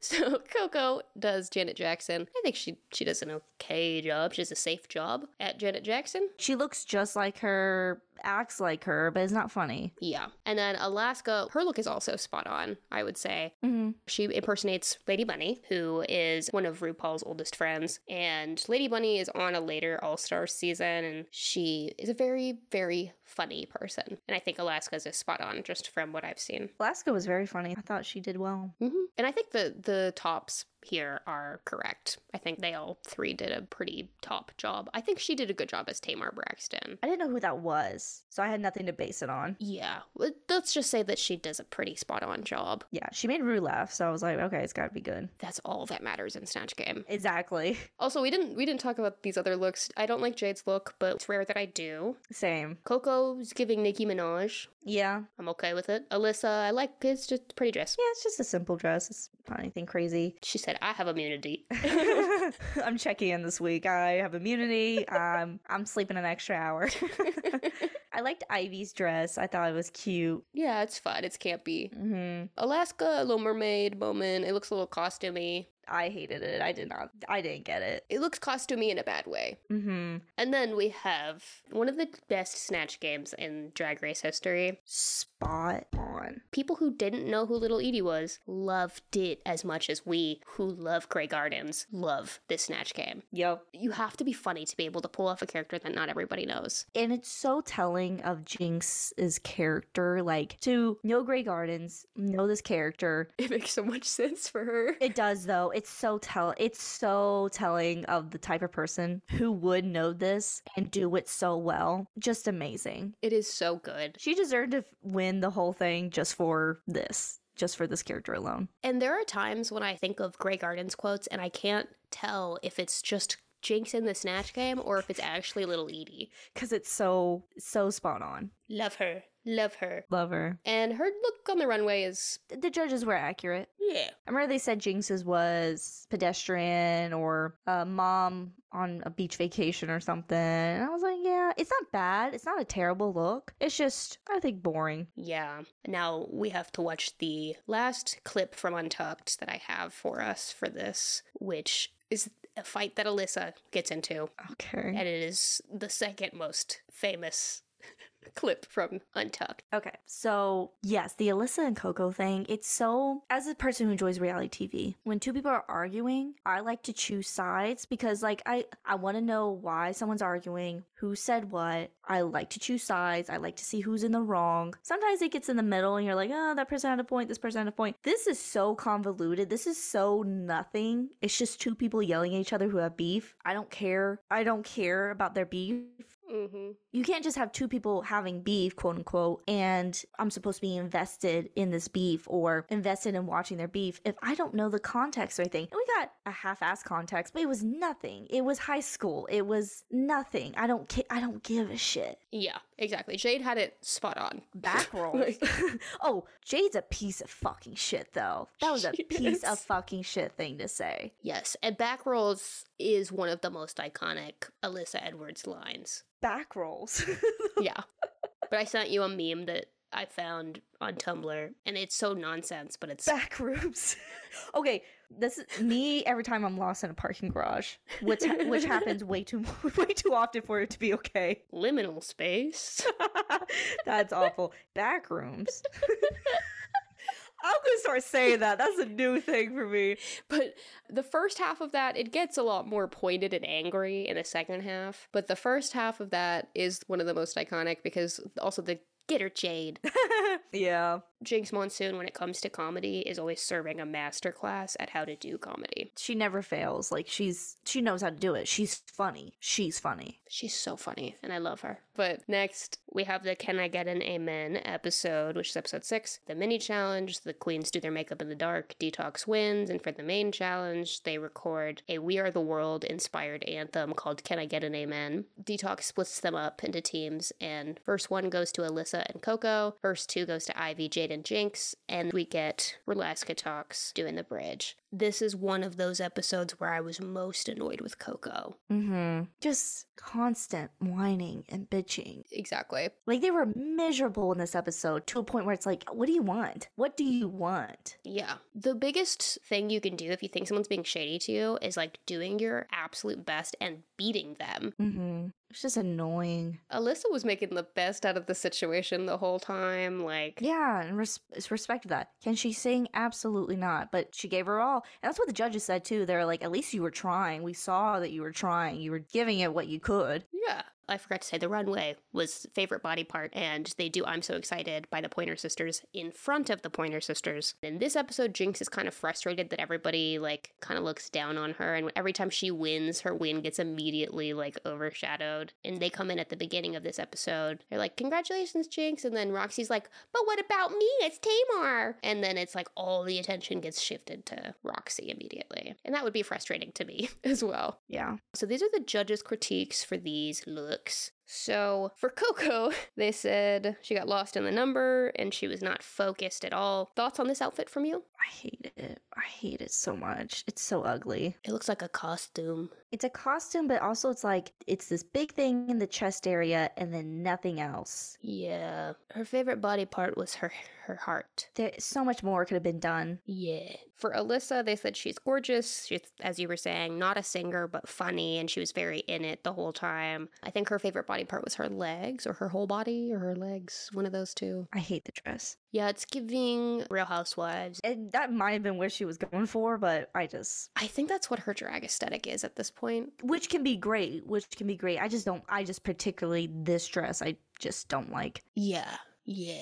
So Coco does Janet Jackson. I think she she does an okay job. She does a safe job at Janet Jackson. She looks just like her acts like her, but it's not funny. Yeah. And then Alaska, her look is also spot on, I would say. Mm-hmm. She impersonates Lady Bunny, who is one of RuPaul's oldest friends. And Lady Bunny is on a later All Star season, and she is a very, very funny person. And I think Alaska's is spot on just from what I've seen. Alaska was very funny. I thought she did well. hmm And I think the the tops here are correct. I think they all three did a pretty top job. I think she did a good job as Tamar Braxton. I didn't know who that was, so I had nothing to base it on. Yeah, let- let's just say that she does a pretty spot on job. Yeah, she made Rue laugh, so I was like, okay, it's gotta be good. That's all that matters in Snatch Game. Exactly. (laughs) Also, we didn't we didn't talk about these other looks. I don't like Jade's look, but it's rare that I do. Same. Coco's giving Nicki Minaj. Yeah. I'm okay with it. Alyssa, I like it's just a pretty dress. Yeah, it's just a simple dress. It's not anything crazy. (laughs) She said, "I have immunity." (laughs) I'm checking in this week. I have immunity. Um, I'm sleeping an extra hour. (laughs) I liked Ivy's dress. I thought it was cute. yeah, it's fun. It's campy. hmm Alaska, Little Mermaid moment. It looks a little costumey. I hated it. I did not. I didn't get it. It looks costumey in a bad way. hmm And then we have one of the best snatch games in Drag Race history. Spot on. People who didn't know who Little Edie was loved it as much as we, who love Grey Gardens, love this snatch game. Yep. You have to be funny to be able to pull off a character that not everybody knows. And it's so telling of Jinx's character. Like to know Grey Gardens, know this character, (laughs) It makes so much sense for her. It does though. It's so tell it's so telling of the type of person who would know this and do it so well. Just amazing. It is so good. She deserved to f- win the whole thing just for this, just for this character alone. And there are times when I think of Grey Gardens quotes and I can't tell if it's just Jinx in the snatch game or if it's actually Little Edie. Cuz it's so so spot on. Love her. Love her. Love her. And her look on the runway is The judges were accurate. yeah. I remember they said Jinx's was pedestrian or a mom on a beach vacation or something. And I was like, yeah, it's not bad. It's not a terrible look. It's just I think boring. Yeah. Now we have to watch the last clip from Untucked that I have for us for this, which is a fight that Alyssa gets into, Okay. and it is the second most famous (laughs) clip from Untucked. Okay. So, yes, the Alyssa and Coco thing, it's so, as a person who enjoys reality TV, when two people are arguing, I like to choose sides because, like, I, I want to know why someone's arguing, who said what. I like to choose sides. I like to see who's in the wrong. Sometimes it gets in the middle and you're like, oh, that person had a point, this person had a point. This is so convoluted. This is so nothing. It's just two people yelling at each other who have beef. I don't care. I don't care about their beef Mm-hmm. you can't just have two people having beef, quote unquote, and I'm supposed to be invested in this beef or invested in watching their beef if I don't know the context or anything. And we got a half-ass context, but it was nothing. It was high school. It was nothing. I don't. Ki- I don't give a shit. Yeah, exactly. Jade had it spot on. (laughs) (laughs) Back rolls. Like- oh, Jade's a piece of fucking shit, though. That (laughs) was a She piece is. of fucking shit thing to say. Yes, and back rolls is one of the most iconic Alyssa Edwards (laughs) lines. Back rolls. (laughs) yeah. But I sent you a meme that I found on Tumblr, and it's so nonsense, but it's back rooms. (laughs) okay, this is me every time I'm lost in a parking garage, which which happens way too (laughs) way too often for it to be okay. (laughs) liminal space. (laughs) That's awful. Back rooms. (laughs) I'm gonna start saying that. That's a new thing for me. (laughs) But the first half of that, it gets a lot more pointed and angry in the second half. But the first half of that is one of the most iconic because also the get her Jade. (laughs) yeah, Jinx Monsoon, when it comes to comedy, is always serving a masterclass at how to do comedy. she never fails. Like she's she knows how to do it. She's funny. She's funny. She's so funny and I love her. But next, we have the Can I Get an Amen episode, which is episode six. The mini challenge, the queens do their makeup in the dark, detox wins. And for the main challenge, they record a We Are the World inspired anthem called Can I Get an Amen? Detox splits them up into teams, and first one goes to Alyssa and Coco, first two goes to Ivy, Jade, and Jinx, and we get Relaska Talks doing the bridge. This is one of those episodes where I was most annoyed with Coco. Mm-hmm. Just constant whining and bitching. Exactly. Like they were miserable in this episode to a point where it's like, what do you want? What do you want? Yeah. The biggest thing you can do if you think someone's being shady to you is like doing your absolute best and beating them. Mm-hmm. It's just annoying. Alyssa was making the best out of the situation the whole time. Like, Yeah, and res- it's respect that. Can she sing? Absolutely not. But she gave her all. And that's what the judges said too. They're like, at least you were trying. We saw that you were trying. You were giving it what you could. yeah. I forgot to say the runway was favorite body part, and they do I'm So Excited by the Pointer Sisters in front of the Pointer Sisters. In this episode, Jinx is kind of frustrated that everybody, like, kind of looks down on her, and every time she wins, her win gets immediately, like, overshadowed. And they come in at the beginning of this episode. They're like, Congratulations, Jinx. And then Roxy's like, But what about me? It's Tamar. And then it's like all the attention gets shifted to Roxy immediately. And that would be frustrating to me (laughs) as well. Yeah. So these are the judges' critiques for these looks. So for Coco, (laughs) they said she got lost in the number and she was not focused at all. Thoughts on this outfit from you? I hate it. I hate it so much. It's so ugly. It looks like a costume. It's a costume, but also it's like, it's this big thing in the chest area and then nothing else. Yeah. Her favorite body part was her her heart. There, so much more could have been done. Yeah. For Alyssa, they said she's gorgeous. She's, as you were saying, not a singer, but funny, and she was very in it the whole time. I think her favorite body part was her legs, or her whole body, or her legs, one of those two. I hate the dress. Yeah, it's giving Real Housewives. And that might have been what she was going for, but I just I think that's what her drag aesthetic is at this point. which can be great, which can be great. I just don't I just particularly this dress I just don't like. Yeah. Yeah.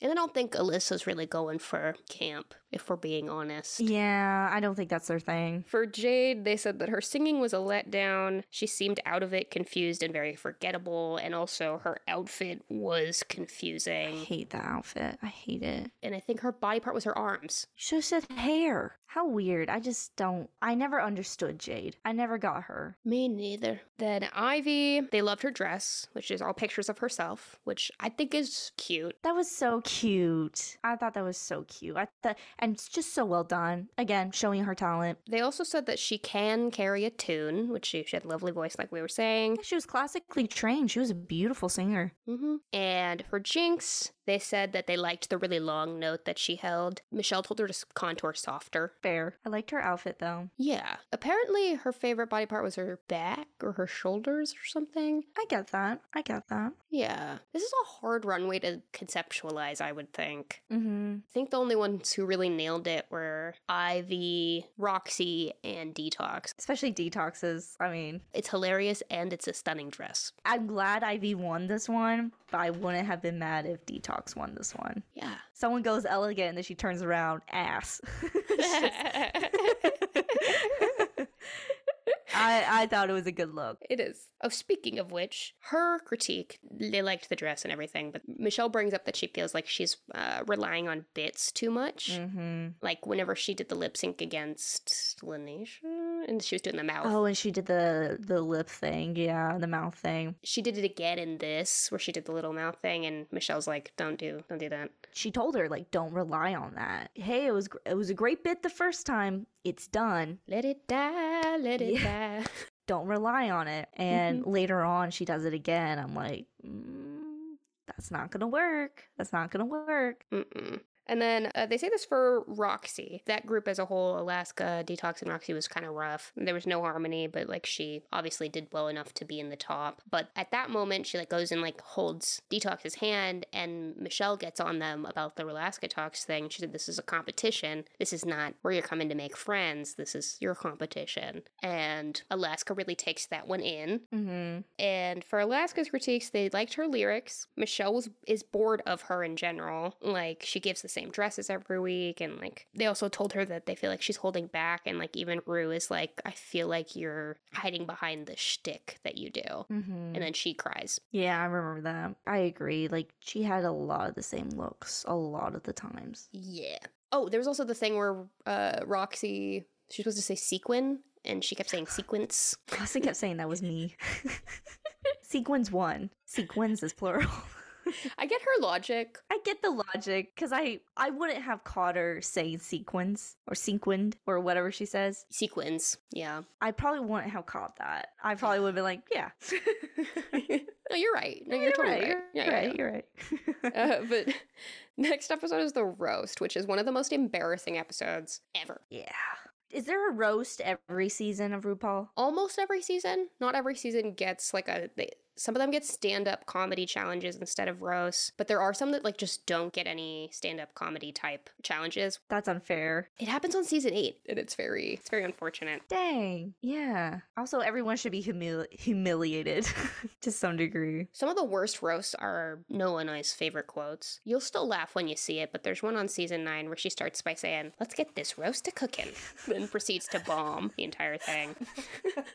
And I don't think Alyssa's really going for camp, if we're being honest. Yeah, I don't think that's their thing. For Jade, they said that her singing was a letdown. She seemed out of it, confused, and very forgettable. And also, her outfit was I confusing. hate that outfit. I hate it. (sighs) And I think her body part was her arms. Should have said hair. How weird. I just don't I never understood Jade. I never got her. Me neither. Then Ivy, they loved her dress, which is all pictures of herself, which I think is cute. That was so cute. I thought that was so cute. I thought and it's just so well done. Again, showing her talent. They also said that she can carry a tune, which she, she had a lovely voice, like we were saying. Yeah, She was classically trained. She was a beautiful singer. hmm And for Jinx, they said that they liked the really long note that she held. Michelle told her to s- contour softer. Fair. I liked her outfit though. Yeah. Apparently, her favorite body part was her back or her shoulders or something. I get that. I get that. Yeah. This is a hard runway to conceptualize, I would think. Mm-hmm. I think the only ones who really nailed it were Ivy, Roxy, and Detox. especially detoxes. I mean, It's hilarious and it's a stunning dress. I'm glad Ivy won this one, but I wouldn't have been mad if detox won this one. (laughs) Yeah. Someone goes elegant and then she turns around ass. (laughs) It's just- I I thought it was a good look. It is. Oh, speaking of which, her critique, they liked the dress and everything, but Michelle brings up that she feels like she's uh, relying on bits too much. Mm-hmm. Like whenever she did the lip sync against Lanisha and she was doing the mouth. Oh, and she did the the lip thing, yeah, the mouth thing. She did it again in this where she did the little mouth thing and Michelle's like, "Don't do, don't do that." She told her like, don't rely on that. Hey, it was gr- it was a great bit the first time. It's done. Let it die, let it die. (laughs) Don't rely on it. And later on, she does it again. I'm like, mm, that's not gonna work. That's not gonna work. Mm-mm. And then uh, they say this for Roxy. That group as a whole, Alaska, Detox, and Roxy was kind of rough. There was no harmony, but like she obviously did well enough to be in the top. But at that moment, she like goes and like holds Detox's hand, and Michelle gets on them about the Alaska Talks thing. She said, This is a competition. This is not where you're coming to make friends. This is your competition. And Alaska really takes that one in. Mm-hmm. And for Alaska's critiques, they liked her lyrics. Michelle was, is bored of her in general. Like, she gives the same dresses every week. And, like, they also told her that they feel like she's holding back. And, like, even Rue is like, I feel like you're hiding behind the shtick that you do. Mm-hmm. And then she cries. yeah, I remember that. I agree. Like she had a lot of the same looks a lot of the times. Yeah. Oh, there was also the thing where uh, Roxy, she's supposed to say sequin, and she kept saying (laughs) sequence. Austin kept saying that was me. (laughs) Sequins one. Sequins is plural. (laughs) I get her logic. I get the logic because I I wouldn't have caught her saying sequins or sequined or whatever she says. Sequins. (laughs) Yeah. I probably wouldn't have caught that. I probably would have been like, yeah. (laughs) No, you're right. No, you're, totally right. You're Yeah, yeah, yeah. right. You're right. (laughs) uh, but (laughs) next episode is the roast, which is one of the most embarrassing episodes ever. yeah. Is there a roast every season of RuPaul? Almost every season, not every season gets like a they, Some of them get stand up comedy challenges instead of roasts, but there are some that like just don't get any stand up comedy type challenges. That's unfair. It happens on season eight, and it's very it's very unfortunate. Dang. Yeah. Also, everyone should be humili- humiliated (laughs) to some degree. Some of the worst roasts are Noah and I's favorite quotes. You'll still laugh when you see it, but there's one on season nine where she starts by saying, Let's get this roast to cooking, (laughs) then proceeds to bomb the entire thing. (laughs)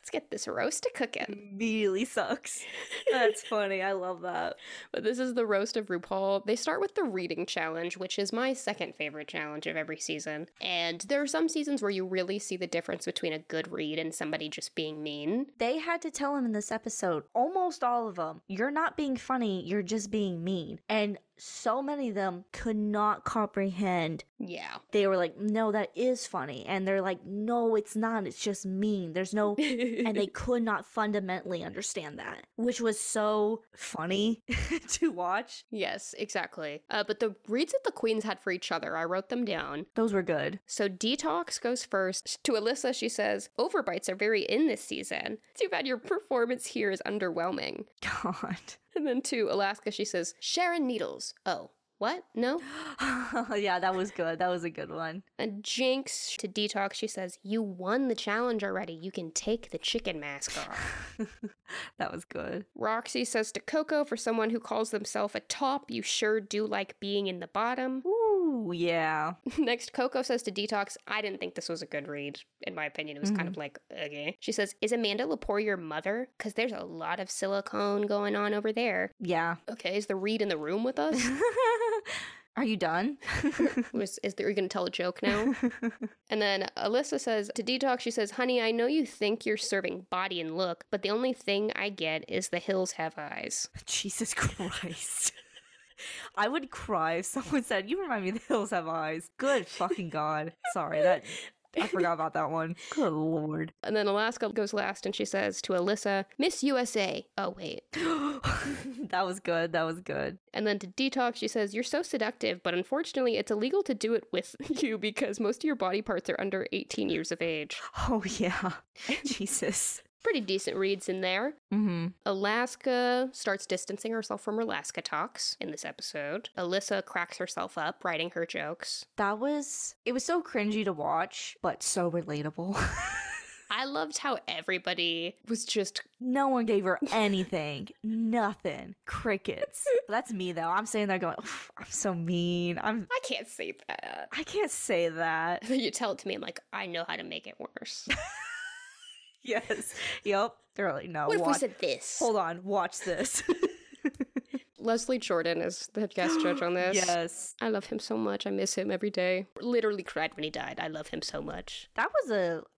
Let's get this roast to cooking. Immediately sucks. (laughs) That's funny. I love that. But this is the roast of RuPaul. They start with the reading challenge, which is my second favorite challenge of every season. And there are some seasons where you really see the difference between a good read and somebody just being mean. They had to tell him in this episode, almost all of them, you're not being funny, you're just being mean. And so many of them could not comprehend. Yeah. They were like, no, that is funny. And they're like, no, it's not, it's just mean. There's no. And (laughs) they could not fundamentally understand that, which was so funny (laughs) to watch. Yes, exactly. Uh, but the reads that the queens had for each other, I wrote them down. Those were good. So Detox goes first. To Alyssa, she says, Overbites are very in this season. Too bad your performance here is underwhelming. (laughs) God. (laughs) And then to Alaska, she says, Sharon Needles. Oh, what? No? yeah, that was good. That was a good one. (laughs) And Jinx to Detox, she says, You won the challenge already. You can take the chicken mask off. that was good. Roxy says to Coco, for someone who calls themselves a top, you sure do like being in the bottom. Ooh, yeah. (laughs) Next, Coco says to Detox, I didn't think this was a good read. In my opinion, it was kind of like, okay. She says, Is Amanda Lepore your mother? Because there's a lot of silicone going on over there. Yeah. (laughs) Okay, is the read in the room with us? Are you done? Was, is there, are you going to tell a joke (laughs) now? And then Alyssa says to Detox, she says, Honey, I know you think you're serving body and look, but the only thing I get is the hills have eyes. Jesus Christ. (laughs) I would cry if someone said, You remind me the hills have eyes. Good fucking God. Sorry, that I forgot about that one. (laughs) Good lord. And then Alaska goes last and she says to Alyssa, Miss USA. Oh, wait. (laughs) that was good. That was good. And then to Detox, she says, You're so seductive, but unfortunately, it's illegal to do it with (laughs) you because most of your body parts are under 18 years of age. Oh yeah. (laughs) Jesus. Pretty decent reads in there. Mm-hmm. Alaska starts distancing herself from her Alaska talks in this episode. Alyssa cracks herself up, writing her jokes. That was it was so cringy to watch, but so relatable. (laughs) I loved how everybody was just no one (laughs) gave her anything. Nothing. Crickets. That's me though. I'm sitting there going, "Oof, I'm so mean. I'm I can't say that. (laughs) I can't say that. (laughs) You tell it to me, I'm like, I know how to make it worse. Yes. Yep. They're like, no, what if we watch- said this? hold on, watch this. Leslie Jordan is the (laughs) guest judge on this. (gasps) yes. I love him so much. I miss him every day. Literally cried when he died. I love him so much. That was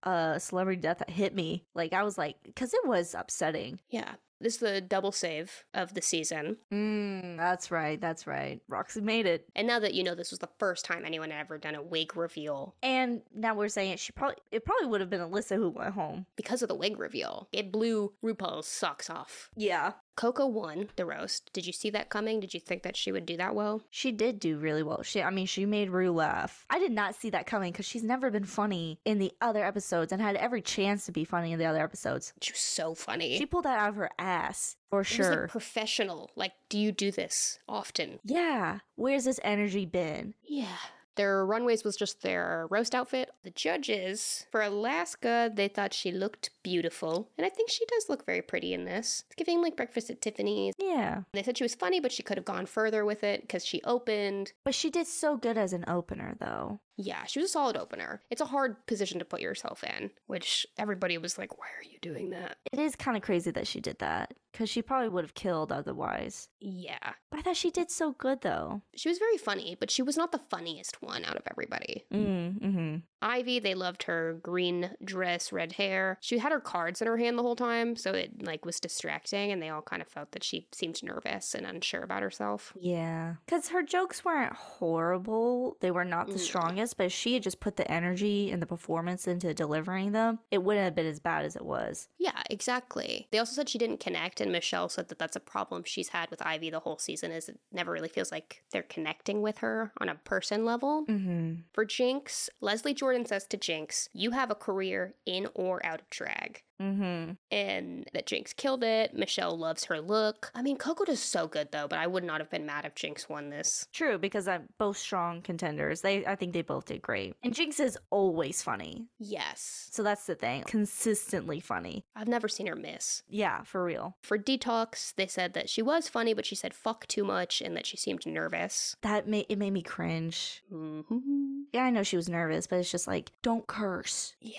a, a celebrity death that hit me. Like, I was like, because it was upsetting. Yeah. This is the double save of the season. Mm, that's right. That's right. Roxy made it. And now that you know this was the first time anyone had ever done a wig reveal, And now we're saying she probably, it probably would have been Alyssa who went home. because of the wig reveal, it blew RuPaul's socks off. Yeah. Coco won the roast. Did you see that coming? Did you think that she would do that well? She did do really well. She, I mean, she made Rue laugh. I did not see that coming because she's never been funny in the other episodes and had every chance to be funny in the other episodes. She was so funny. She pulled that out of her ass It for was, like, sure. professional. Like, do you do this often? Yeah. Where's this energy been? Yeah. Their runways was just their roast outfit. The judges for Alaska, they thought she looked beautiful. And I think she does look very pretty in this. It's giving like breakfast at Tiffany's. Yeah. They said she was funny, but she could have gone further with it because she opened. But she did so good as an opener, though. Yeah, she was a solid opener. It's a hard position to put yourself in, which everybody was like, why are you doing that? It is kind of crazy that she did that because she probably would have killed otherwise. Yeah. But I thought she did so good, though. She was very funny, but she was not the funniest one out of everybody. Mm hmm. Ivy, they loved her green dress, red hair. She had her cards in her hand the whole time, so it like was distracting and they all kind of felt that she seemed nervous and unsure about herself. Yeah. Because her jokes weren't horrible. They were not the No. strongest, but if she had just put the energy and the performance into delivering them, it wouldn't have been as bad as it was. Yeah, exactly. They also said she didn't connect and Michelle said that that's a problem she's had with Ivy the whole season is it never really feels like they're connecting with her on a person level. Mm For Jinx, Leslie Jordan says to Jinx, "You have a career in or out of drag. Mm-hmm. and that Jinx killed it. Michelle loves her look. I mean, Coco does so good though, but I would not have been mad if Jinx won this. True, because I'm both strong contenders. They, I think they both did great. And Jinx is always funny. Yes. So that's the thing. Consistently funny. I've never seen her miss. Yeah, for real. For detox, they said that she was funny, but she said fuck too much and that she seemed nervous. That made it made me cringe. hmm Yeah, I know she was nervous, but it's just like, don't curse. Yeah.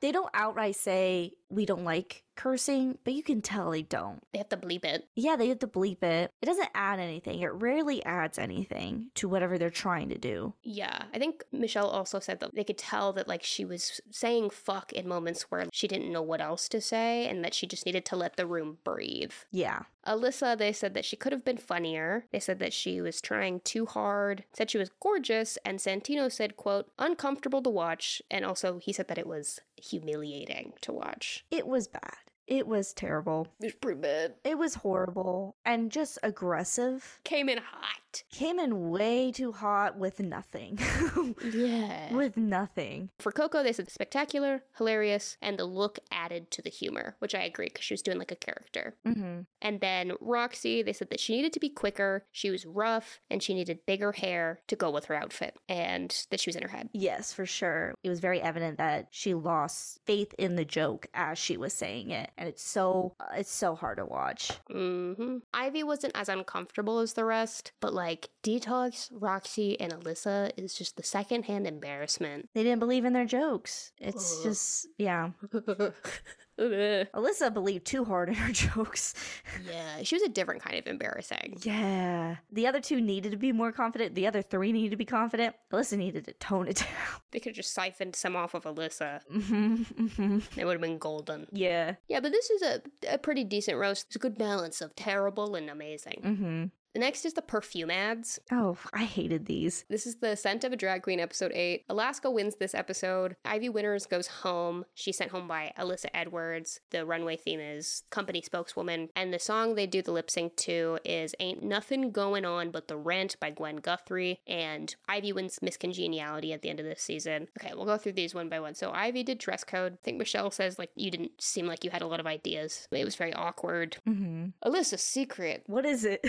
They don't outright say we don't like cursing, but you can tell they don't. They have to bleep it. Yeah, they have to bleep it. It doesn't add anything. It rarely adds anything to whatever they're trying to do. Yeah. I think Michelle also said that they could tell that like she was saying fuck in moments where she didn't know what else to say and that she just needed to let the room breathe. Yeah. Alyssa, they said that she could have been funnier. They said that she was trying too hard, said she was gorgeous, and Santino said, quote, uncomfortable to watch, and also he said that it was humiliating to watch. It was bad. It was terrible. It's pretty bad. It was horrible and just aggressive. Came in hot. Came in way too hot with nothing. (laughs) Yeah. with nothing. For Coco, they said spectacular, hilarious, and the look added to the humor, which I agree because she was doing like a character. Mm-hmm. And then Roxy, they said that she needed to be quicker, she was rough, and she needed bigger hair to go with her outfit, and that she was in her head. Yes, for sure. It was very evident that she lost faith in the joke as she was saying it, and it's so uh, it's so hard to watch. hmm Ivy wasn't as uncomfortable as the rest, but like Detox, Roxy, and Alyssa is just the secondhand (laughs) embarrassment. They didn't believe in their jokes. It's Ugh. just yeah. yeah, Alyssa believed too hard in her (laughs) jokes. she was a different kind of embarrassing. yeah. The other two needed to be more confident. The other three needed to be confident. Alyssa needed to tone it (laughs) down. They could have just siphoned some off of Alyssa. hmm hmm It would have been golden. (laughs) Yeah. Yeah, but this is a, a pretty decent roast. It's a good balance of terrible and amazing. Mm-hmm. Next is the perfume ads. Oh, I hated these. This is the Scent of a Drag Queen, episode eight. Alaska wins this episode. Ivy Winters goes home. She's sent home by Alyssa Edwards. The runway theme is company spokeswoman. And the song they do the lip sync to is Ain't Nothing Going On But the Rent by Gwen Guthrie. And Ivy wins Miss Congeniality at the end of this season. Okay, we'll go through these one by one. So Ivy did dress code. I think Michelle says, like, you didn't seem like you had a lot of ideas. It was very awkward. Mm-hmm. Alyssa's secret. (laughs) What is it?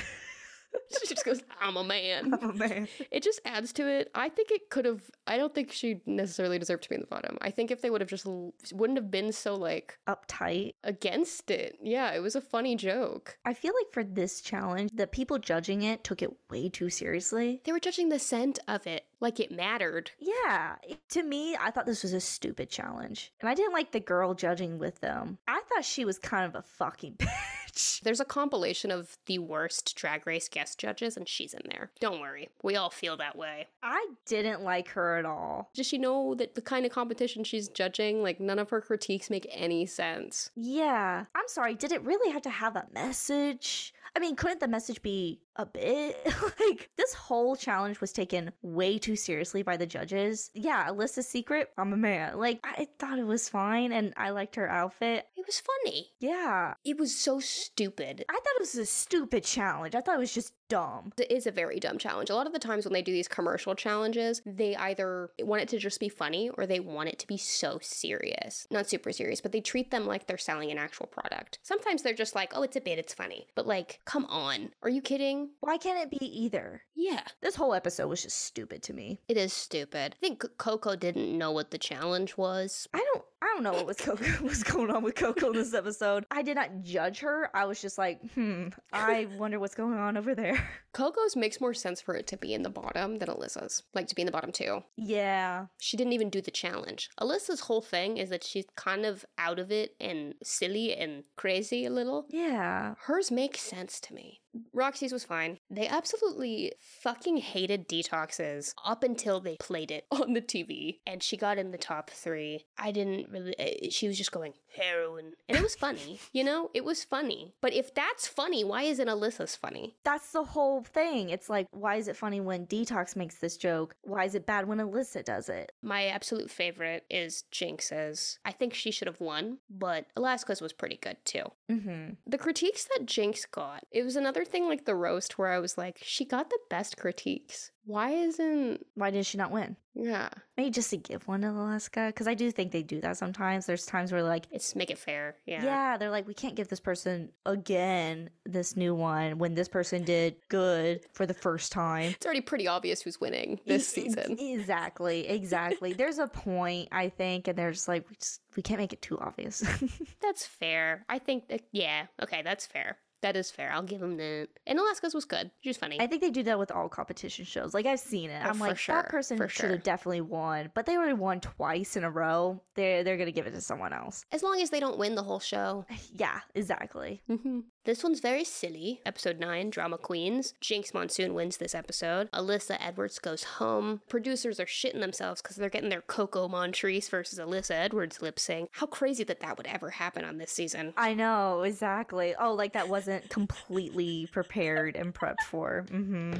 She just goes, I'm a (laughs) man. oh man. It just adds to it. I think it could have. I don't think she necessarily deserved to be in the bottom. I think if they would have just l- wouldn't have been so like Uptight. against it. Yeah, it was a funny joke. I feel like for this challenge, the people judging it took it way too seriously. They were judging the scent of it like it mattered. Yeah, it- to me, I thought this was a stupid challenge. And I didn't like the girl judging with them. I thought she was kind of a fucking (laughs) bitch. There's a compilation of the worst Drag Race guest judges, and she's in there. Don't worry, we all feel that way. I didn't like her at all. Does she know that the kind of competition she's judging, like none of her critiques make any sense? Yeah. I'm sorry, did it really have to have that message? I mean, couldn't the message be a bit (laughs) like this whole challenge was taken way too seriously by the judges? Yeah, Alyssa's secret, I'm a man. Like, I thought it was fine and I liked her outfit. It was funny. Yeah. It was so stupid. I thought it was a stupid challenge. I thought it was just dumb. It is a very dumb challenge. A lot of the times when they do these commercial challenges, they either want it to just be funny or they want it to be so serious. Not super serious, but they treat them like they're selling an actual product. Sometimes they're just like, oh, it's a bit, it's funny. But like, come on. Are you kidding? Why can't it be either? Yeah. This whole episode was just stupid to me. It is stupid. I think Coco didn't know what the challenge was. I don't I don't know what was (laughs) Coco was going on with Coco in this episode. I did not judge her. I was just like, hmm, I wonder what's going on over there. Coco's makes more sense for it to be in the bottom than Alyssa's, like to be in the bottom too. Yeah. She didn't even do the challenge. Alyssa's whole thing is that she's kind of out of it and silly and crazy a little. Yeah. Hers makes sense to me. Roxy's was fine. They absolutely fucking hated detoxes up until they played it (laughs) on the TV and she got in the top three. I didn't really, eh, she was just going heroin. And it was funny, you know? It was funny. But if that's funny, why isn't Alyssa's funny? That's the whole thing. It's like, why is it funny when Detox makes this joke? Why is it bad when Alyssa does it? My absolute favorite is Jinx's. I think she should have won, but Alaska's was pretty good too. Mm-hmm. The critiques that Jinx got, it was another another thing like the roast where I was like, she got the best critiques. Why isn't Why did she not win? yeah? Maybe just to give one to Alaska, because I do think they do that sometimes. There's times where like, It's make it fair. yeah. Yeah. they're like, we can't give this person again this new one when this person did good for the first time. It's already pretty obvious who's winning this E- e- season. Exactly, (laughs) exactly. there's a point I think, and there's like, we just we can't make it too obvious. (laughs) That's fair. I think that, yeah, okay, that's fair. That is fair. I'll give him that. And Alaska's was good. She was funny. I think they do that with all competition shows. Like I've seen it. Oh, I'm for like sure, that person for should sure. have definitely won, but they already won twice in a row. They're they're gonna give it to someone else. (sighs) as long as they don't win the whole show. Yeah, exactly. Mm-hmm. This one's very silly. Episode 9, Drama Queens. Jinx Monsoon wins this episode. Alyssa Edwards goes home. Producers are shitting themselves because they're getting their Coco Montrese versus Alyssa Edwards lip sync. How crazy that that would ever happen on this season. I know exactly. Oh, like that wasn't completely prepared and prepped for. hmm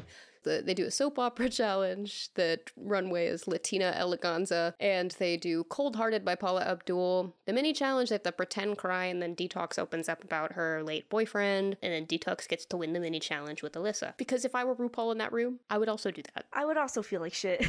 The, they do a soap opera (laughs) challenge. The runway is Latina Eleganza. And they do Cold Hearted by Paula Abdul. The mini challenge, they have to pretend cry. And then Detox opens up about her late boyfriend. And then Detox gets to win the mini challenge with Alyssa. Because if I were RuPaul in that room, I would also do that. I would also feel like shit. (laughs)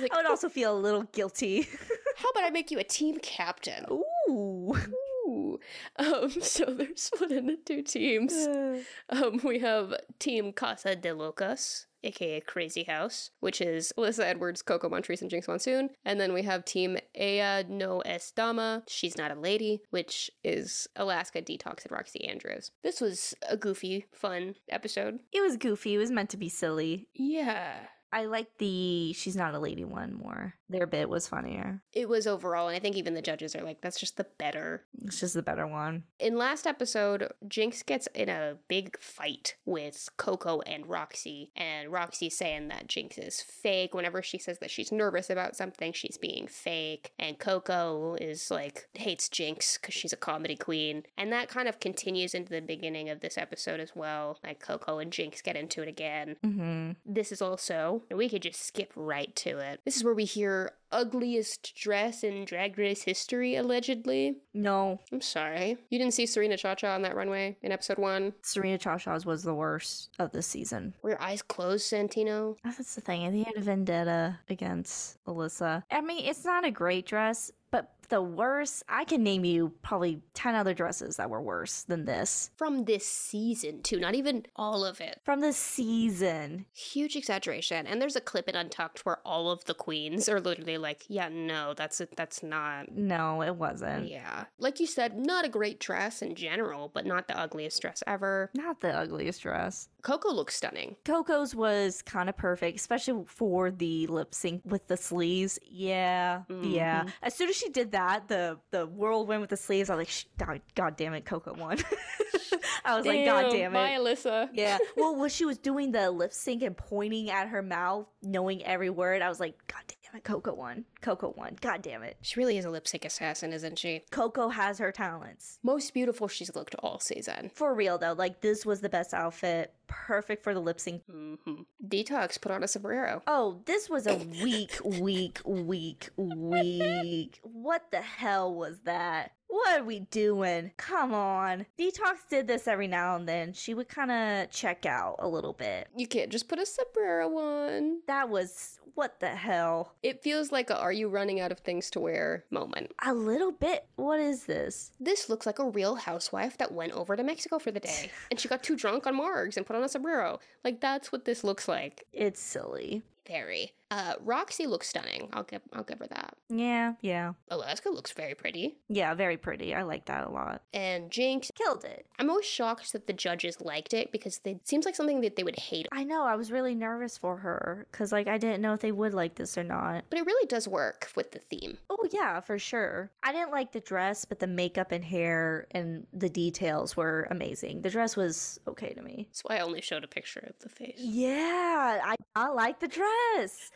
Like- oh. I would also feel a little guilty. (laughs) How about I make you a team captain? Ooh. Ooh. (laughs) Um, so they're split into two teams. (laughs) Um, we have Team Casa de Locos, aka Crazy House, which is Alyssa Edwards, Coco Montrese, and Jinx Monsoon. And then we have Team Ea No Es Dama, She's Not a Lady, which is Alaska Detox and Roxy Andrews. This was a goofy, fun episode. (laughs) It was goofy. It was meant to be silly. Yeah. I like the she's not a lady one more. Their bit was funnier. It was overall, and I think even the judges are like, that's just the better It's just the better one. In last episode, Jinx gets in a big fight with Coco and Roxy, and Roxy's saying that Jinx is fake. Whenever she says that she's nervous about something, she's being fake. And Coco is like, hates Jinx because she's a comedy queen. And that kind of continues into the beginning of this episode as well. Like, Coco and Jinx get into it again. Mm-hmm. This is also, we could just skip right to it. This is where we hear ugliest dress in Drag Race history, allegedly. No, I'm sorry. You didn't see Serena Cha Cha on that runway in episode one? Serena Chawshaw's was the worst of this season. Were your eyes closed, Santino? That's the thing. They had a vendetta against Alyssa. I mean, it's not a great dress, but the worst, I can name you probably 10 other dresses that were worse than this From this season, too, not even all of it. from the season. Huge exaggeration. And there's a clip in Untucked where all of the queens are literally like, yeah, no, that's it, that's not. No, it wasn't. Yeah. Like you said, not a great dress in general, but not the ugliest dress ever. Not the ugliest dress. Coco looks stunning. Coco's was kind of perfect, especially for the lip sync with the sleeves. Yeah, yeah. As soon as she did that, the the whirlwind with the sleeves, I was like, "Sh- God, God damn it, Coco won. (laughs) I was like, God damn it. Bye, Alyssa. (laughs) yeah. Well, when she was doing the lip sync and pointing at her mouth, knowing every word, I was like, God damn it, Coco won. Coco won. God damn it. She really is a lip sync assassin, isn't she? Coco has her talents. Most beautiful she's looked all season. For real though, like this was the best outfit, perfect for the lip sync. Mm-hmm. Detox put on a sombrero. Oh, this was a weak, weak, weak, weak. What the hell was that? What are we doing? Come on. Detox did this every now and then. She would kind of check out a little bit. You can't just put a sombrero on. That was what the hell? It feels like a are you running out of things to wear moment. A little bit. What is this? This looks like a real housewife that went over to Mexico for the day and she got too drunk on Margs and put on a sombrero. Like that's what this looks like. It's silly. Very. Uh Roxy looks stunning. I'll give I'll give her that. Yeah, yeah. Alaska looks very pretty. Yeah, very pretty. I like that a lot. And Jinx, Killed it. I'm always shocked that the judges liked it because they- it seems like something that they would hate. I know. I was really nervous for her because, like, I didn't know if they would like this or not. But it really does work with the theme. Oh, yeah, for sure. I didn't like the dress, but the makeup and hair and the details were amazing. The dress was okay to me. That's why I only showed a picture of the face. Yeah, I, I like the dress.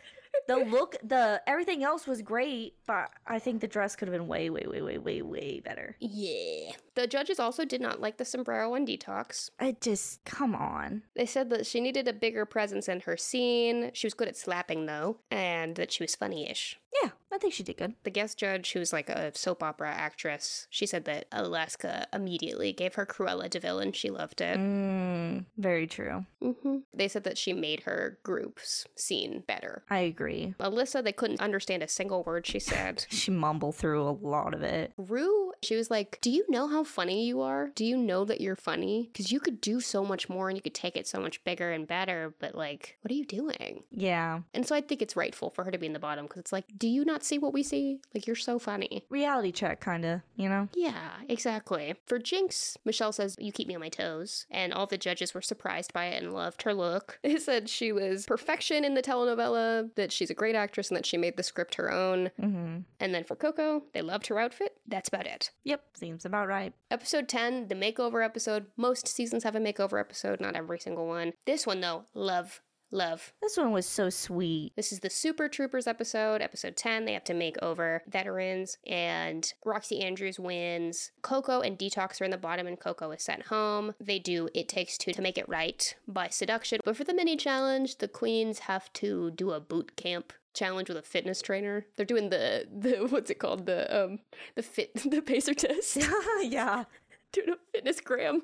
The look, the everything else was great, but I think the dress could have been way, way, way, way, way, way better. Yeah. The judges also did not like the sombrero on detox. I just, come on. They said that she needed a bigger presence in her scene. She was good at slapping, though, and that she was funny ish. Yeah, I think she did good. The guest judge, who's like a soap opera actress, she said that Alaska immediately gave her Cruella de Vil and she loved it. Mm, very true. hmm They said that she made her group's scene better. I agree. Alyssa, they couldn't understand a single word she said. She mumbled through a lot of it. Rue, she was like, Do you know how funny you are? Do you know that you're funny? Because you could do so much more and you could take it so much bigger and better, but like, what are you doing? Yeah. And so I think it's rightful for her to be in the bottom because it's like, Do you not see what we see? Like, you're so funny. Reality check, kind of, you know? Yeah, exactly. For Jinx, Michelle says, You keep me on my toes. And all the judges were surprised by it and loved her look. (laughs) They said she was perfection in the telenovela, that she's a great actress, and that she made the script her own. Mm-hmm. And then for Coco, they loved her outfit. That's about it. Yep, seems about right. Episode 10, the makeover episode. Most seasons have a makeover episode, not every single one. This one, though, love, love. This one was so sweet. This is the Super Troopers episode, episode 10. They have to make over veterans, and Roxy Andrews wins. Coco and Detox are in the bottom, and Coco is sent home. They do It Takes Two to Make It Right by Seduction. But for the mini challenge, the queens have to do a boot camp challenge with a fitness trainer. They're doing the the (laughs) what's it called? The um the fit (laughs) the pacer test. (laughs) (laughs) yeah. doing a fitness gram.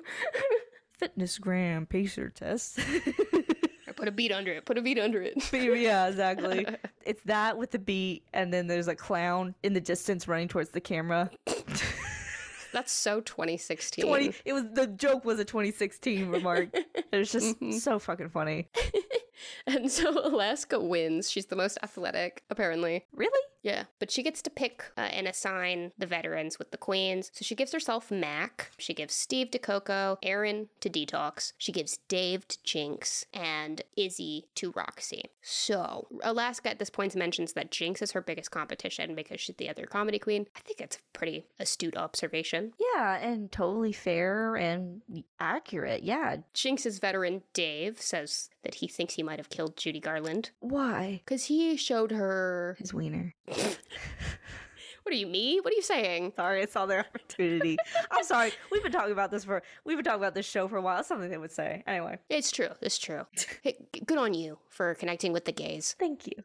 Fitness gram pacer test. (laughs) Put a beat under it. Put a beat under it. (laughs) yeah, (laughs) exactly. It's that with the beat, and then there's a clown in the distance running towards the camera. That's so 2016. 20 it was the joke was a 2016 (laughs) remark it was just so fucking funny (laughs) And so Alaska wins. She's the most athletic, apparently. really Yeah. But she gets to pick uh, and assign the veterans with the queens. So she gives herself Mac. She gives Steve to Coco, Aaron to Detox. She gives Dave to Jinx, and Izzy to Roxy. So Alaska at this point mentions that Jinx is her biggest competition because she's the other comedy queen. I think that's a pretty astute observation. yeah and totally fair and accurate yeah Jinx's veteran Dave says that he thinks he might have killed Judy Garland why because he showed her. his wiener What are you, me? What are you saying? sorry it's all their (laughs) opportunity i'm sorry we've been talking about this for we've been talking about this show for a while That's something they would say anyway It's true. It's (laughs) true. Hey, g- good on you for connecting with the gays. thank you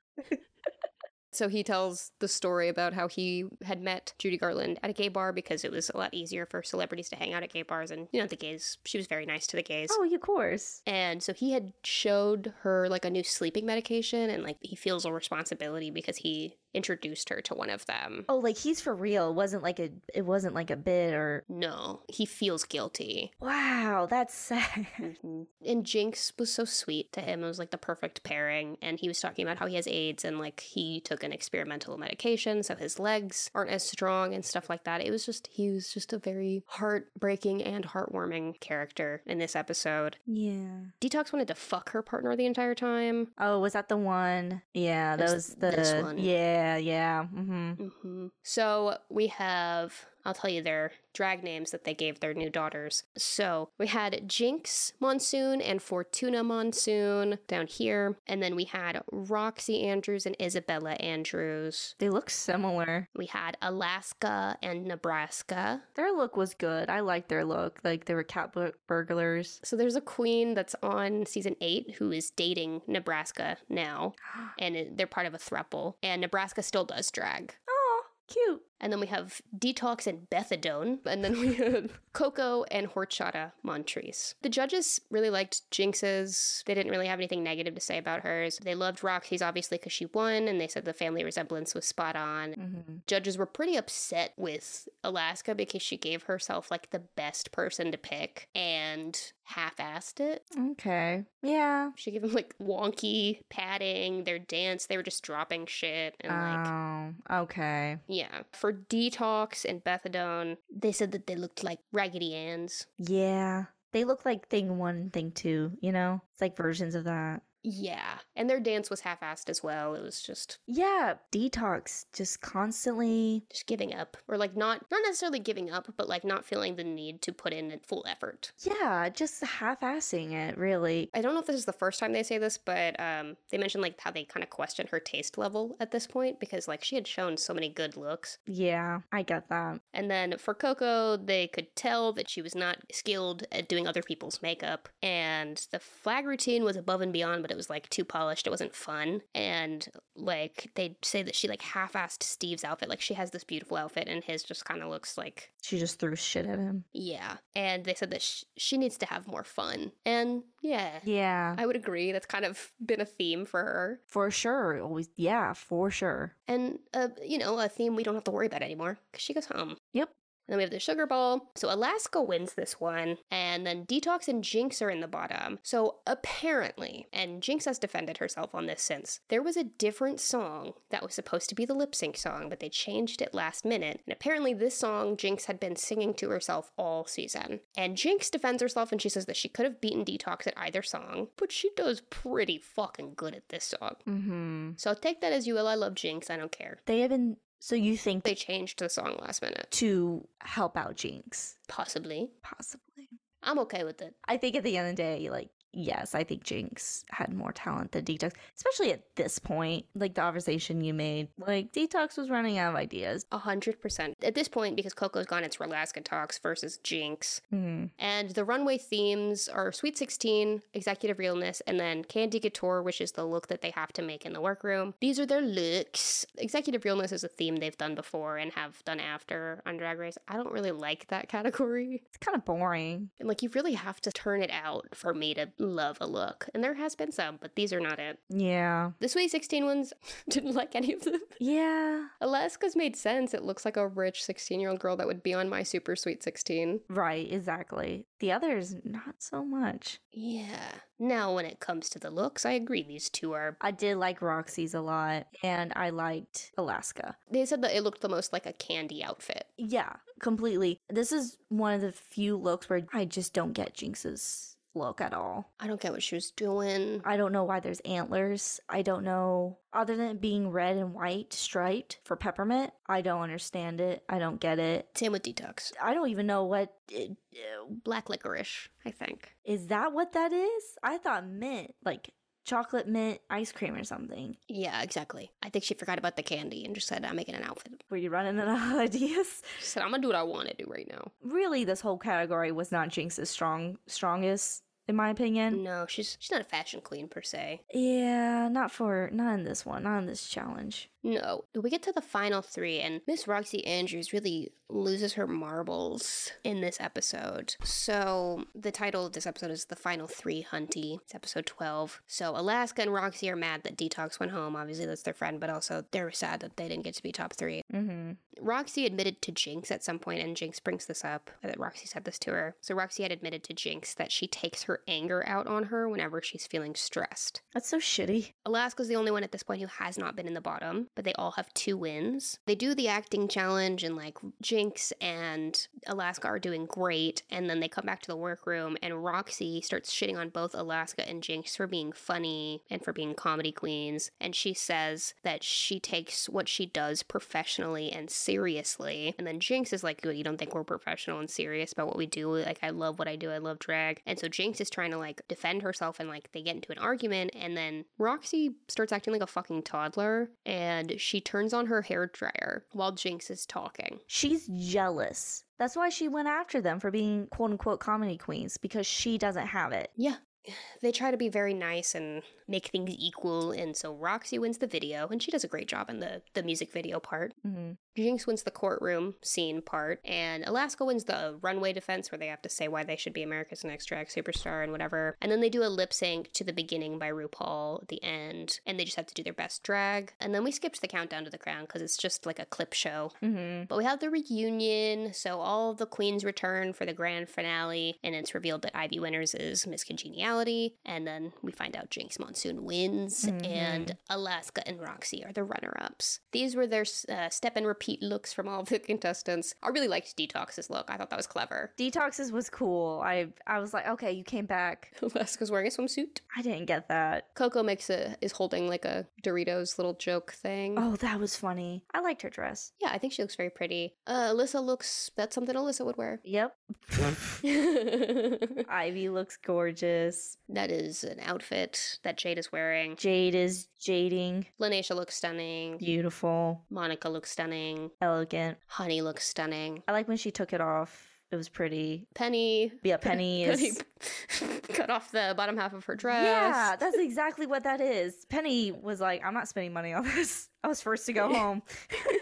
So he tells the story about how he had met Judy Garland at a gay bar because it was a lot easier for celebrities to hang out at gay bars, and you know the gays. She was very nice to the gays. oh of course And so he had showed her like a new sleeping medication, and like he feels a responsibility because he introduced her to one of them. oh like he's for real it wasn't like a it wasn't like a bit or No, he feels guilty. wow that's sad (laughs) And Jinx was so sweet to him. It was like the perfect pairing. And he was talking about how he has AIDS and like he took an experimental medication, so his legs aren't as strong and stuff like that. It was just, he was just a very heartbreaking and heartwarming character in this episode. yeah Detox wanted to fuck her partner the entire time. Oh, was that the one? Yeah, that There's was the. this one. Yeah, yeah. hmm hmm So we have, I'll tell you their drag names that they gave their new daughters. So we had Jinx Monsoon and Fortuna Monsoon down here. And then we had Roxy Andrews and Isabella Andrews. They look similar. We had Alaska and Nebraska. Their look was good. I liked their look. Like they were cat bur- burglars. (gasps) So there's a queen that's on season eight who is dating Nebraska now, and it- they're part of a throuple. And Nebraska still does drag. oh, cute. And then we have Detox and Bethadone. And then we have (laughs) Coco and Horchata Montrese. The judges really liked Jinx's. They didn't really have anything negative to say about hers. They loved Roxy's, obviously, because she won, and they said the family resemblance was spot on. hmm Judges were pretty upset with Alaska because she gave herself like the best person to pick and half assed it. Okay. Yeah. She gave them like wonky padding, their dance, they were just dropping shit and like oh, okay. yeah. For detox and methadone, they said that they looked like Raggedy Ann's. Yeah. They look like thing one and thing two, you know? It's like versions of that. Yeah. And their dance was half assed as well. It was just Yeah. Detox just constantly. just giving up. Or like not not necessarily giving up, but like not feeling the need to put in full effort. Yeah, just half assing it, really. I don't know if this is the first time they say this, but um, they mentioned like how they kind of question her taste level at this point because like she had shown so many good looks. Yeah, I get that. And then for Coco, they could tell that she was not skilled at doing other people's makeup, and the flag routine was above and beyond, but but it was like too polished. It wasn't fun. And like they say that she like half-assed Steve's outfit. Like she has this beautiful outfit and his just kind of looks like She just threw shit at him. yeah. And they said that sh- she needs to have more fun. And yeah, Yeah. I would agree. That's kind of been a theme for her. For sure. Always. Yeah, for sure. And uh, you know, a theme we don't have to worry about anymore because she goes home. Yep. And then we have the Sugar Bowl. So Alaska wins this one. And then Detox and Jinx are in the bottom. So apparently, and Jinx has defended herself on this since, there was a different song that was supposed to be the lip sync song, but they changed it last minute. And apparently, this song Jinx had been singing to herself all season. And Jinx defends herself and she says that she could have beaten Detox at either song, but she does pretty fucking good at this song. Mm-hmm. So take that as you will. I love Jinx. I don't care. They have been. So you think They changed the song last minute. to help out Jinx? Possibly. Possibly. I'm okay with it. I think at the end of the day, like, yes, I think Jinx had more talent than Detox, especially at this point. Like the conversation you made, like Detox was running out of ideas. A hundred percent. At this point, because Coco's gone, it's Relaska Talks versus Jinx. Hmm. And the runway themes are Sweet 16, Executive Realness, and then Candy Couture, which is the look that they have to make in the workroom. These are their looks. Executive Realness is a theme they've done before and have done after on Drag Race. I don't really like that category. It's kind of boring. And like, you really have to turn it out for me to love a look. And there has been some, but these are not it. Yeah. The Sweet 16 ones, (laughs) didn't like any of them. Yeah. Alaska's made sense. It looks like a rich 16 year old girl that would be on my super sweet 16. Right, exactly. The others, not so much. Yeah. Now, when it comes to the looks, I agree. These two are. I did like Roxy's a lot, and I liked Alaska. They said that it looked the most like a candy outfit. Yeah, completely. This is one of the few looks where I just don't get Jinx's look at all. I don't get what she was doing. I don't know why there's antlers. I don't know. Other than it being red and white striped for peppermint, I don't understand it. I don't get it. Same with detox. I don't even know what. It, Black licorice, I think. is that what that is? I thought mint, like chocolate mint ice cream or something. Yeah, exactly. I think she forgot about the candy and just said, I'm making an outfit. Were you (laughs) running out of ideas? She said, I'm gonna do what I wanna do right now. Really, this whole category was not Jinx's strong strongest, in my opinion. No, she's she's not a fashion queen per se. Yeah, not for not in this one, not in this challenge. No. We get to the final three, and Miss Roxy Andrews really loses her marbles in this episode. So, the title of this episode is The Final Three Hunty. It's episode 12. So, Alaska and Roxy are mad that Detox went home. Obviously, that's their friend, but also they're sad that they didn't get to be top three. Mm-hmm. Roxy admitted to Jinx at some point, and Jinx brings this up that Roxy said this to her. So, Roxy had admitted to Jinx that she takes her anger out on her whenever she's feeling stressed. That's so shitty. Alaska's the only one at this point who has not been in the bottom, but they all have two wins. They do the acting challenge, and like Jinx and Alaska are doing great. And then they come back to the workroom, and Roxy starts shitting on both Alaska and Jinx for being funny and for being comedy queens. And she says that she takes what she does professionally and seriously. And then Jinx is like, "Good, you don't think we're professional and serious about what we do? Like, I love what I do. I love drag." And so Jinx is trying to like defend herself, and like they get into an argument, and then Roxy starts acting like a fucking toddler, and she turns on her hair dryer while Jinx is talking. She's jealous. That's why she went after them for being quote unquote comedy queens because she doesn't have it. Yeah. They try to be very nice and make things equal, and so Roxy wins the video, and she does a great job in the, the music video part. Mm-hmm. Jinx wins the courtroom scene part, and Alaska wins the runway defense where they have to say why they should be America's Next Drag Superstar and whatever. And then they do a lip sync to the beginning by RuPaul at the end, and they just have to do their best drag. And then we skipped the countdown to the crown because it's just like a clip show. Mm-hmm. But we have the reunion, so all of the queens return for the grand finale, and it's revealed that Ivy Winners is Miss Congeniality, and then we find out Jinx Monsoon wins, Mhm. and Alaska and Roxy are the runner-ups. These were their uh, step and repeat looks from all of the (laughs) contestants. I really liked Detox's look; I thought that was clever. (laughs) Detoxes was cool. I I was like, okay, you came back. Alaska's wearing a swimsuit. I didn't get that. Coco makes a is holding like a Doritos little joke thing. Oh, that was funny. I liked her dress. Yeah, I think she looks very pretty. Uh, Alyssa looks that's something Alyssa would wear. (laughs) Yep. (laughs) Ivy looks gorgeous. That is an outfit that Jade is wearing. Jade is jading. Lanesha looks stunning. Beautiful. Monica looks stunning. Elegant. Honey looks stunning. I like when she took it off It was pretty. Penny Yeah, Penny is. Penny (laughs) cut off the bottom half of her dress. Yeah, that's (laughs) exactly what that is. Penny was like, I'm not spending money on this. I was first to (laughs) go home. (laughs) (laughs)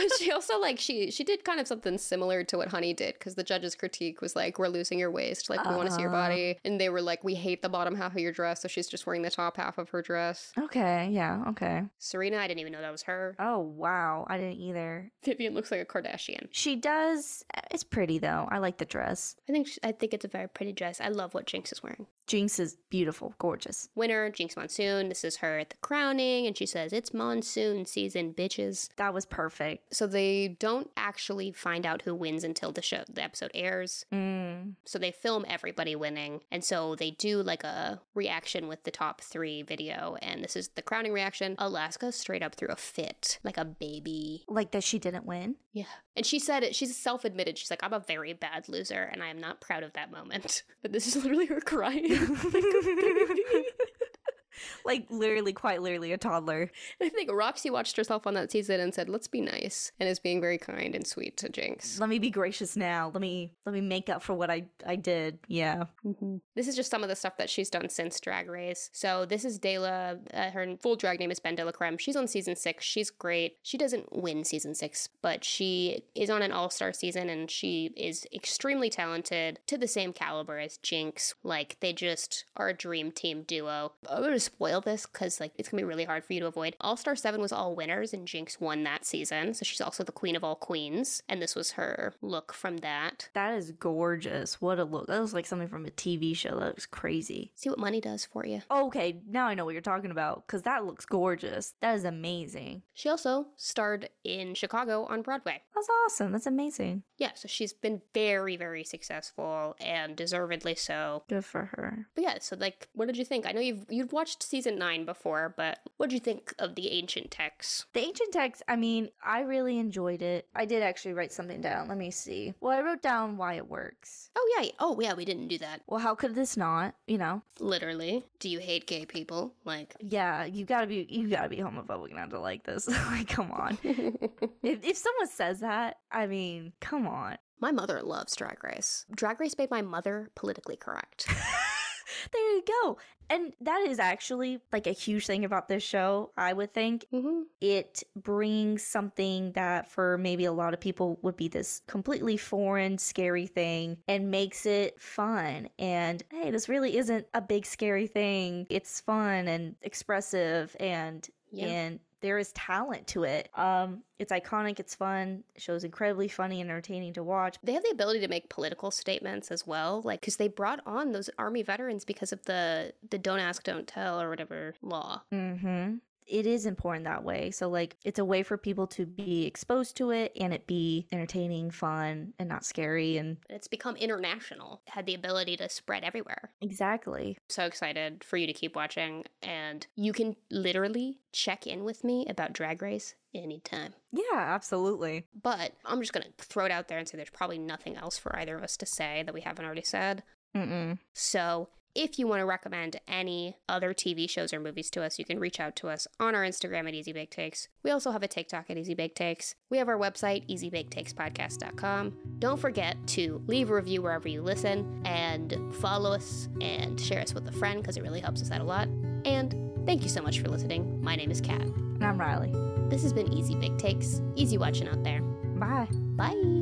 But she also like she she did kind of something similar to what Honey did because the judge's critique was like, "We're losing your waist. Like we want to see your Uh. body," and they were like, "We hate the bottom half of your dress." So she's just wearing the top half of her dress. Okay, yeah, okay. Serena, I didn't even know that was her. Oh, wow. I didn't either. Vivian looks like a Kardashian. She does. eh, It's pretty, though. I like the dress. I think I think it's a very pretty dress. I love what Jinx is wearing. Jinx is beautiful, gorgeous. Winner Jinx Monsoon. This is her at the crowning, and she says, "It's monsoon season, bitches." That was perfect. So they don't actually find out who wins until the show the episode airs. Mm. So they film everybody winning. And so they do like a reaction with the top three video. And this is the crowning reaction. Alaska straight up threw a fit, like a baby. Like that she didn't (laughs) win. Yeah. And she said it, she's self admitted. She's like, I'm a very bad loser and I am not proud of that moment. (laughs) But this is literally her crying. like, literally, quite literally, a toddler. (laughs) I think Roxy watched herself on that season and said, let's be nice. And is being very kind and sweet to Jinx. Let me be gracious now. Let me let me make up for what I I did. Yeah. This is just some of the stuff that she's done since Drag Race. So this is Dela. Uh, her full drag name is Ben Dela Creme. She's on season six. She's great. She doesn't win season six, but she is on an all star season and she is extremely talented to the same caliber as Jinx. Like they just are a dream team duo. I'm gonna spoil this because like it's gonna be really hard for you to avoid. All Star Seven was all winners and Jinx won that season, so she's also the queen of all queens. And this was her look from that. That is gorgeous. What a look. That looks like something from a TV show. That looks crazy. See what money does for you. Okay, now I know what you're talking about because that looks gorgeous. That is amazing. She also starred in Chicago on Broadway. That's awesome. That's amazing. Yeah, so she's been very, very successful and deservedly so. Good for her. But yeah, so like, what did you think? I know you've you've watched season nine before, but what did you think of the ancient texts? The ancient text, I mean, I really enjoyed it. I did actually write something down. Let me see. Well, I wrote down why it works. Oh yeah, oh yeah, we didn't do that. Well, how could this not? You know? Literally, do you hate gay people? Like, Yeah, you gotta be you gotta be homophobic not to like this. (laughs) like, come on. if if someone says that, I mean, come on. (laughs) (laughs) my mother loves Drag Race. Drag Race made my mother politically correct. there you go. And that is actually like a huge thing about this show, I would think. hmm It brings something that for maybe a lot of people would be this completely foreign, scary thing and makes it fun. And hey, this really isn't a big, scary thing. It's fun and expressive and Yeah. and there is talent to it. Um, it's iconic, it's fun, show's incredibly funny and entertaining to watch. they have the ability to make political statements as well like because they brought on those army veterans because of the the don't ask don't tell or whatever law Mm-hmm. It is important that way. So, like, it's a way for people to be exposed to it and it be entertaining, fun, and not scary. And And it's become international it had the ability to spread everywhere exactly. so excited for you to keep watching and you can literally check in with me about drag race anytime Yeah, absolutely. but i'm just gonna throw it out there and say there's probably nothing else for either of us to say that we haven't already said Mm-mm. So, if you want to recommend any other TV shows or movies to us, you can reach out to us on our Instagram at Easy Bake Takes. We also have a TikTok at Easy Bake Takes. We have our website, easybaketakespodcast.com. Don't forget to leave a review wherever you listen and follow us and share us with a friend because it really helps us out a lot. And thank you so much for listening. My name is Kat. And I'm Riley. This has been Easy Bake Takes. Easy watching out there. Bye. Bye.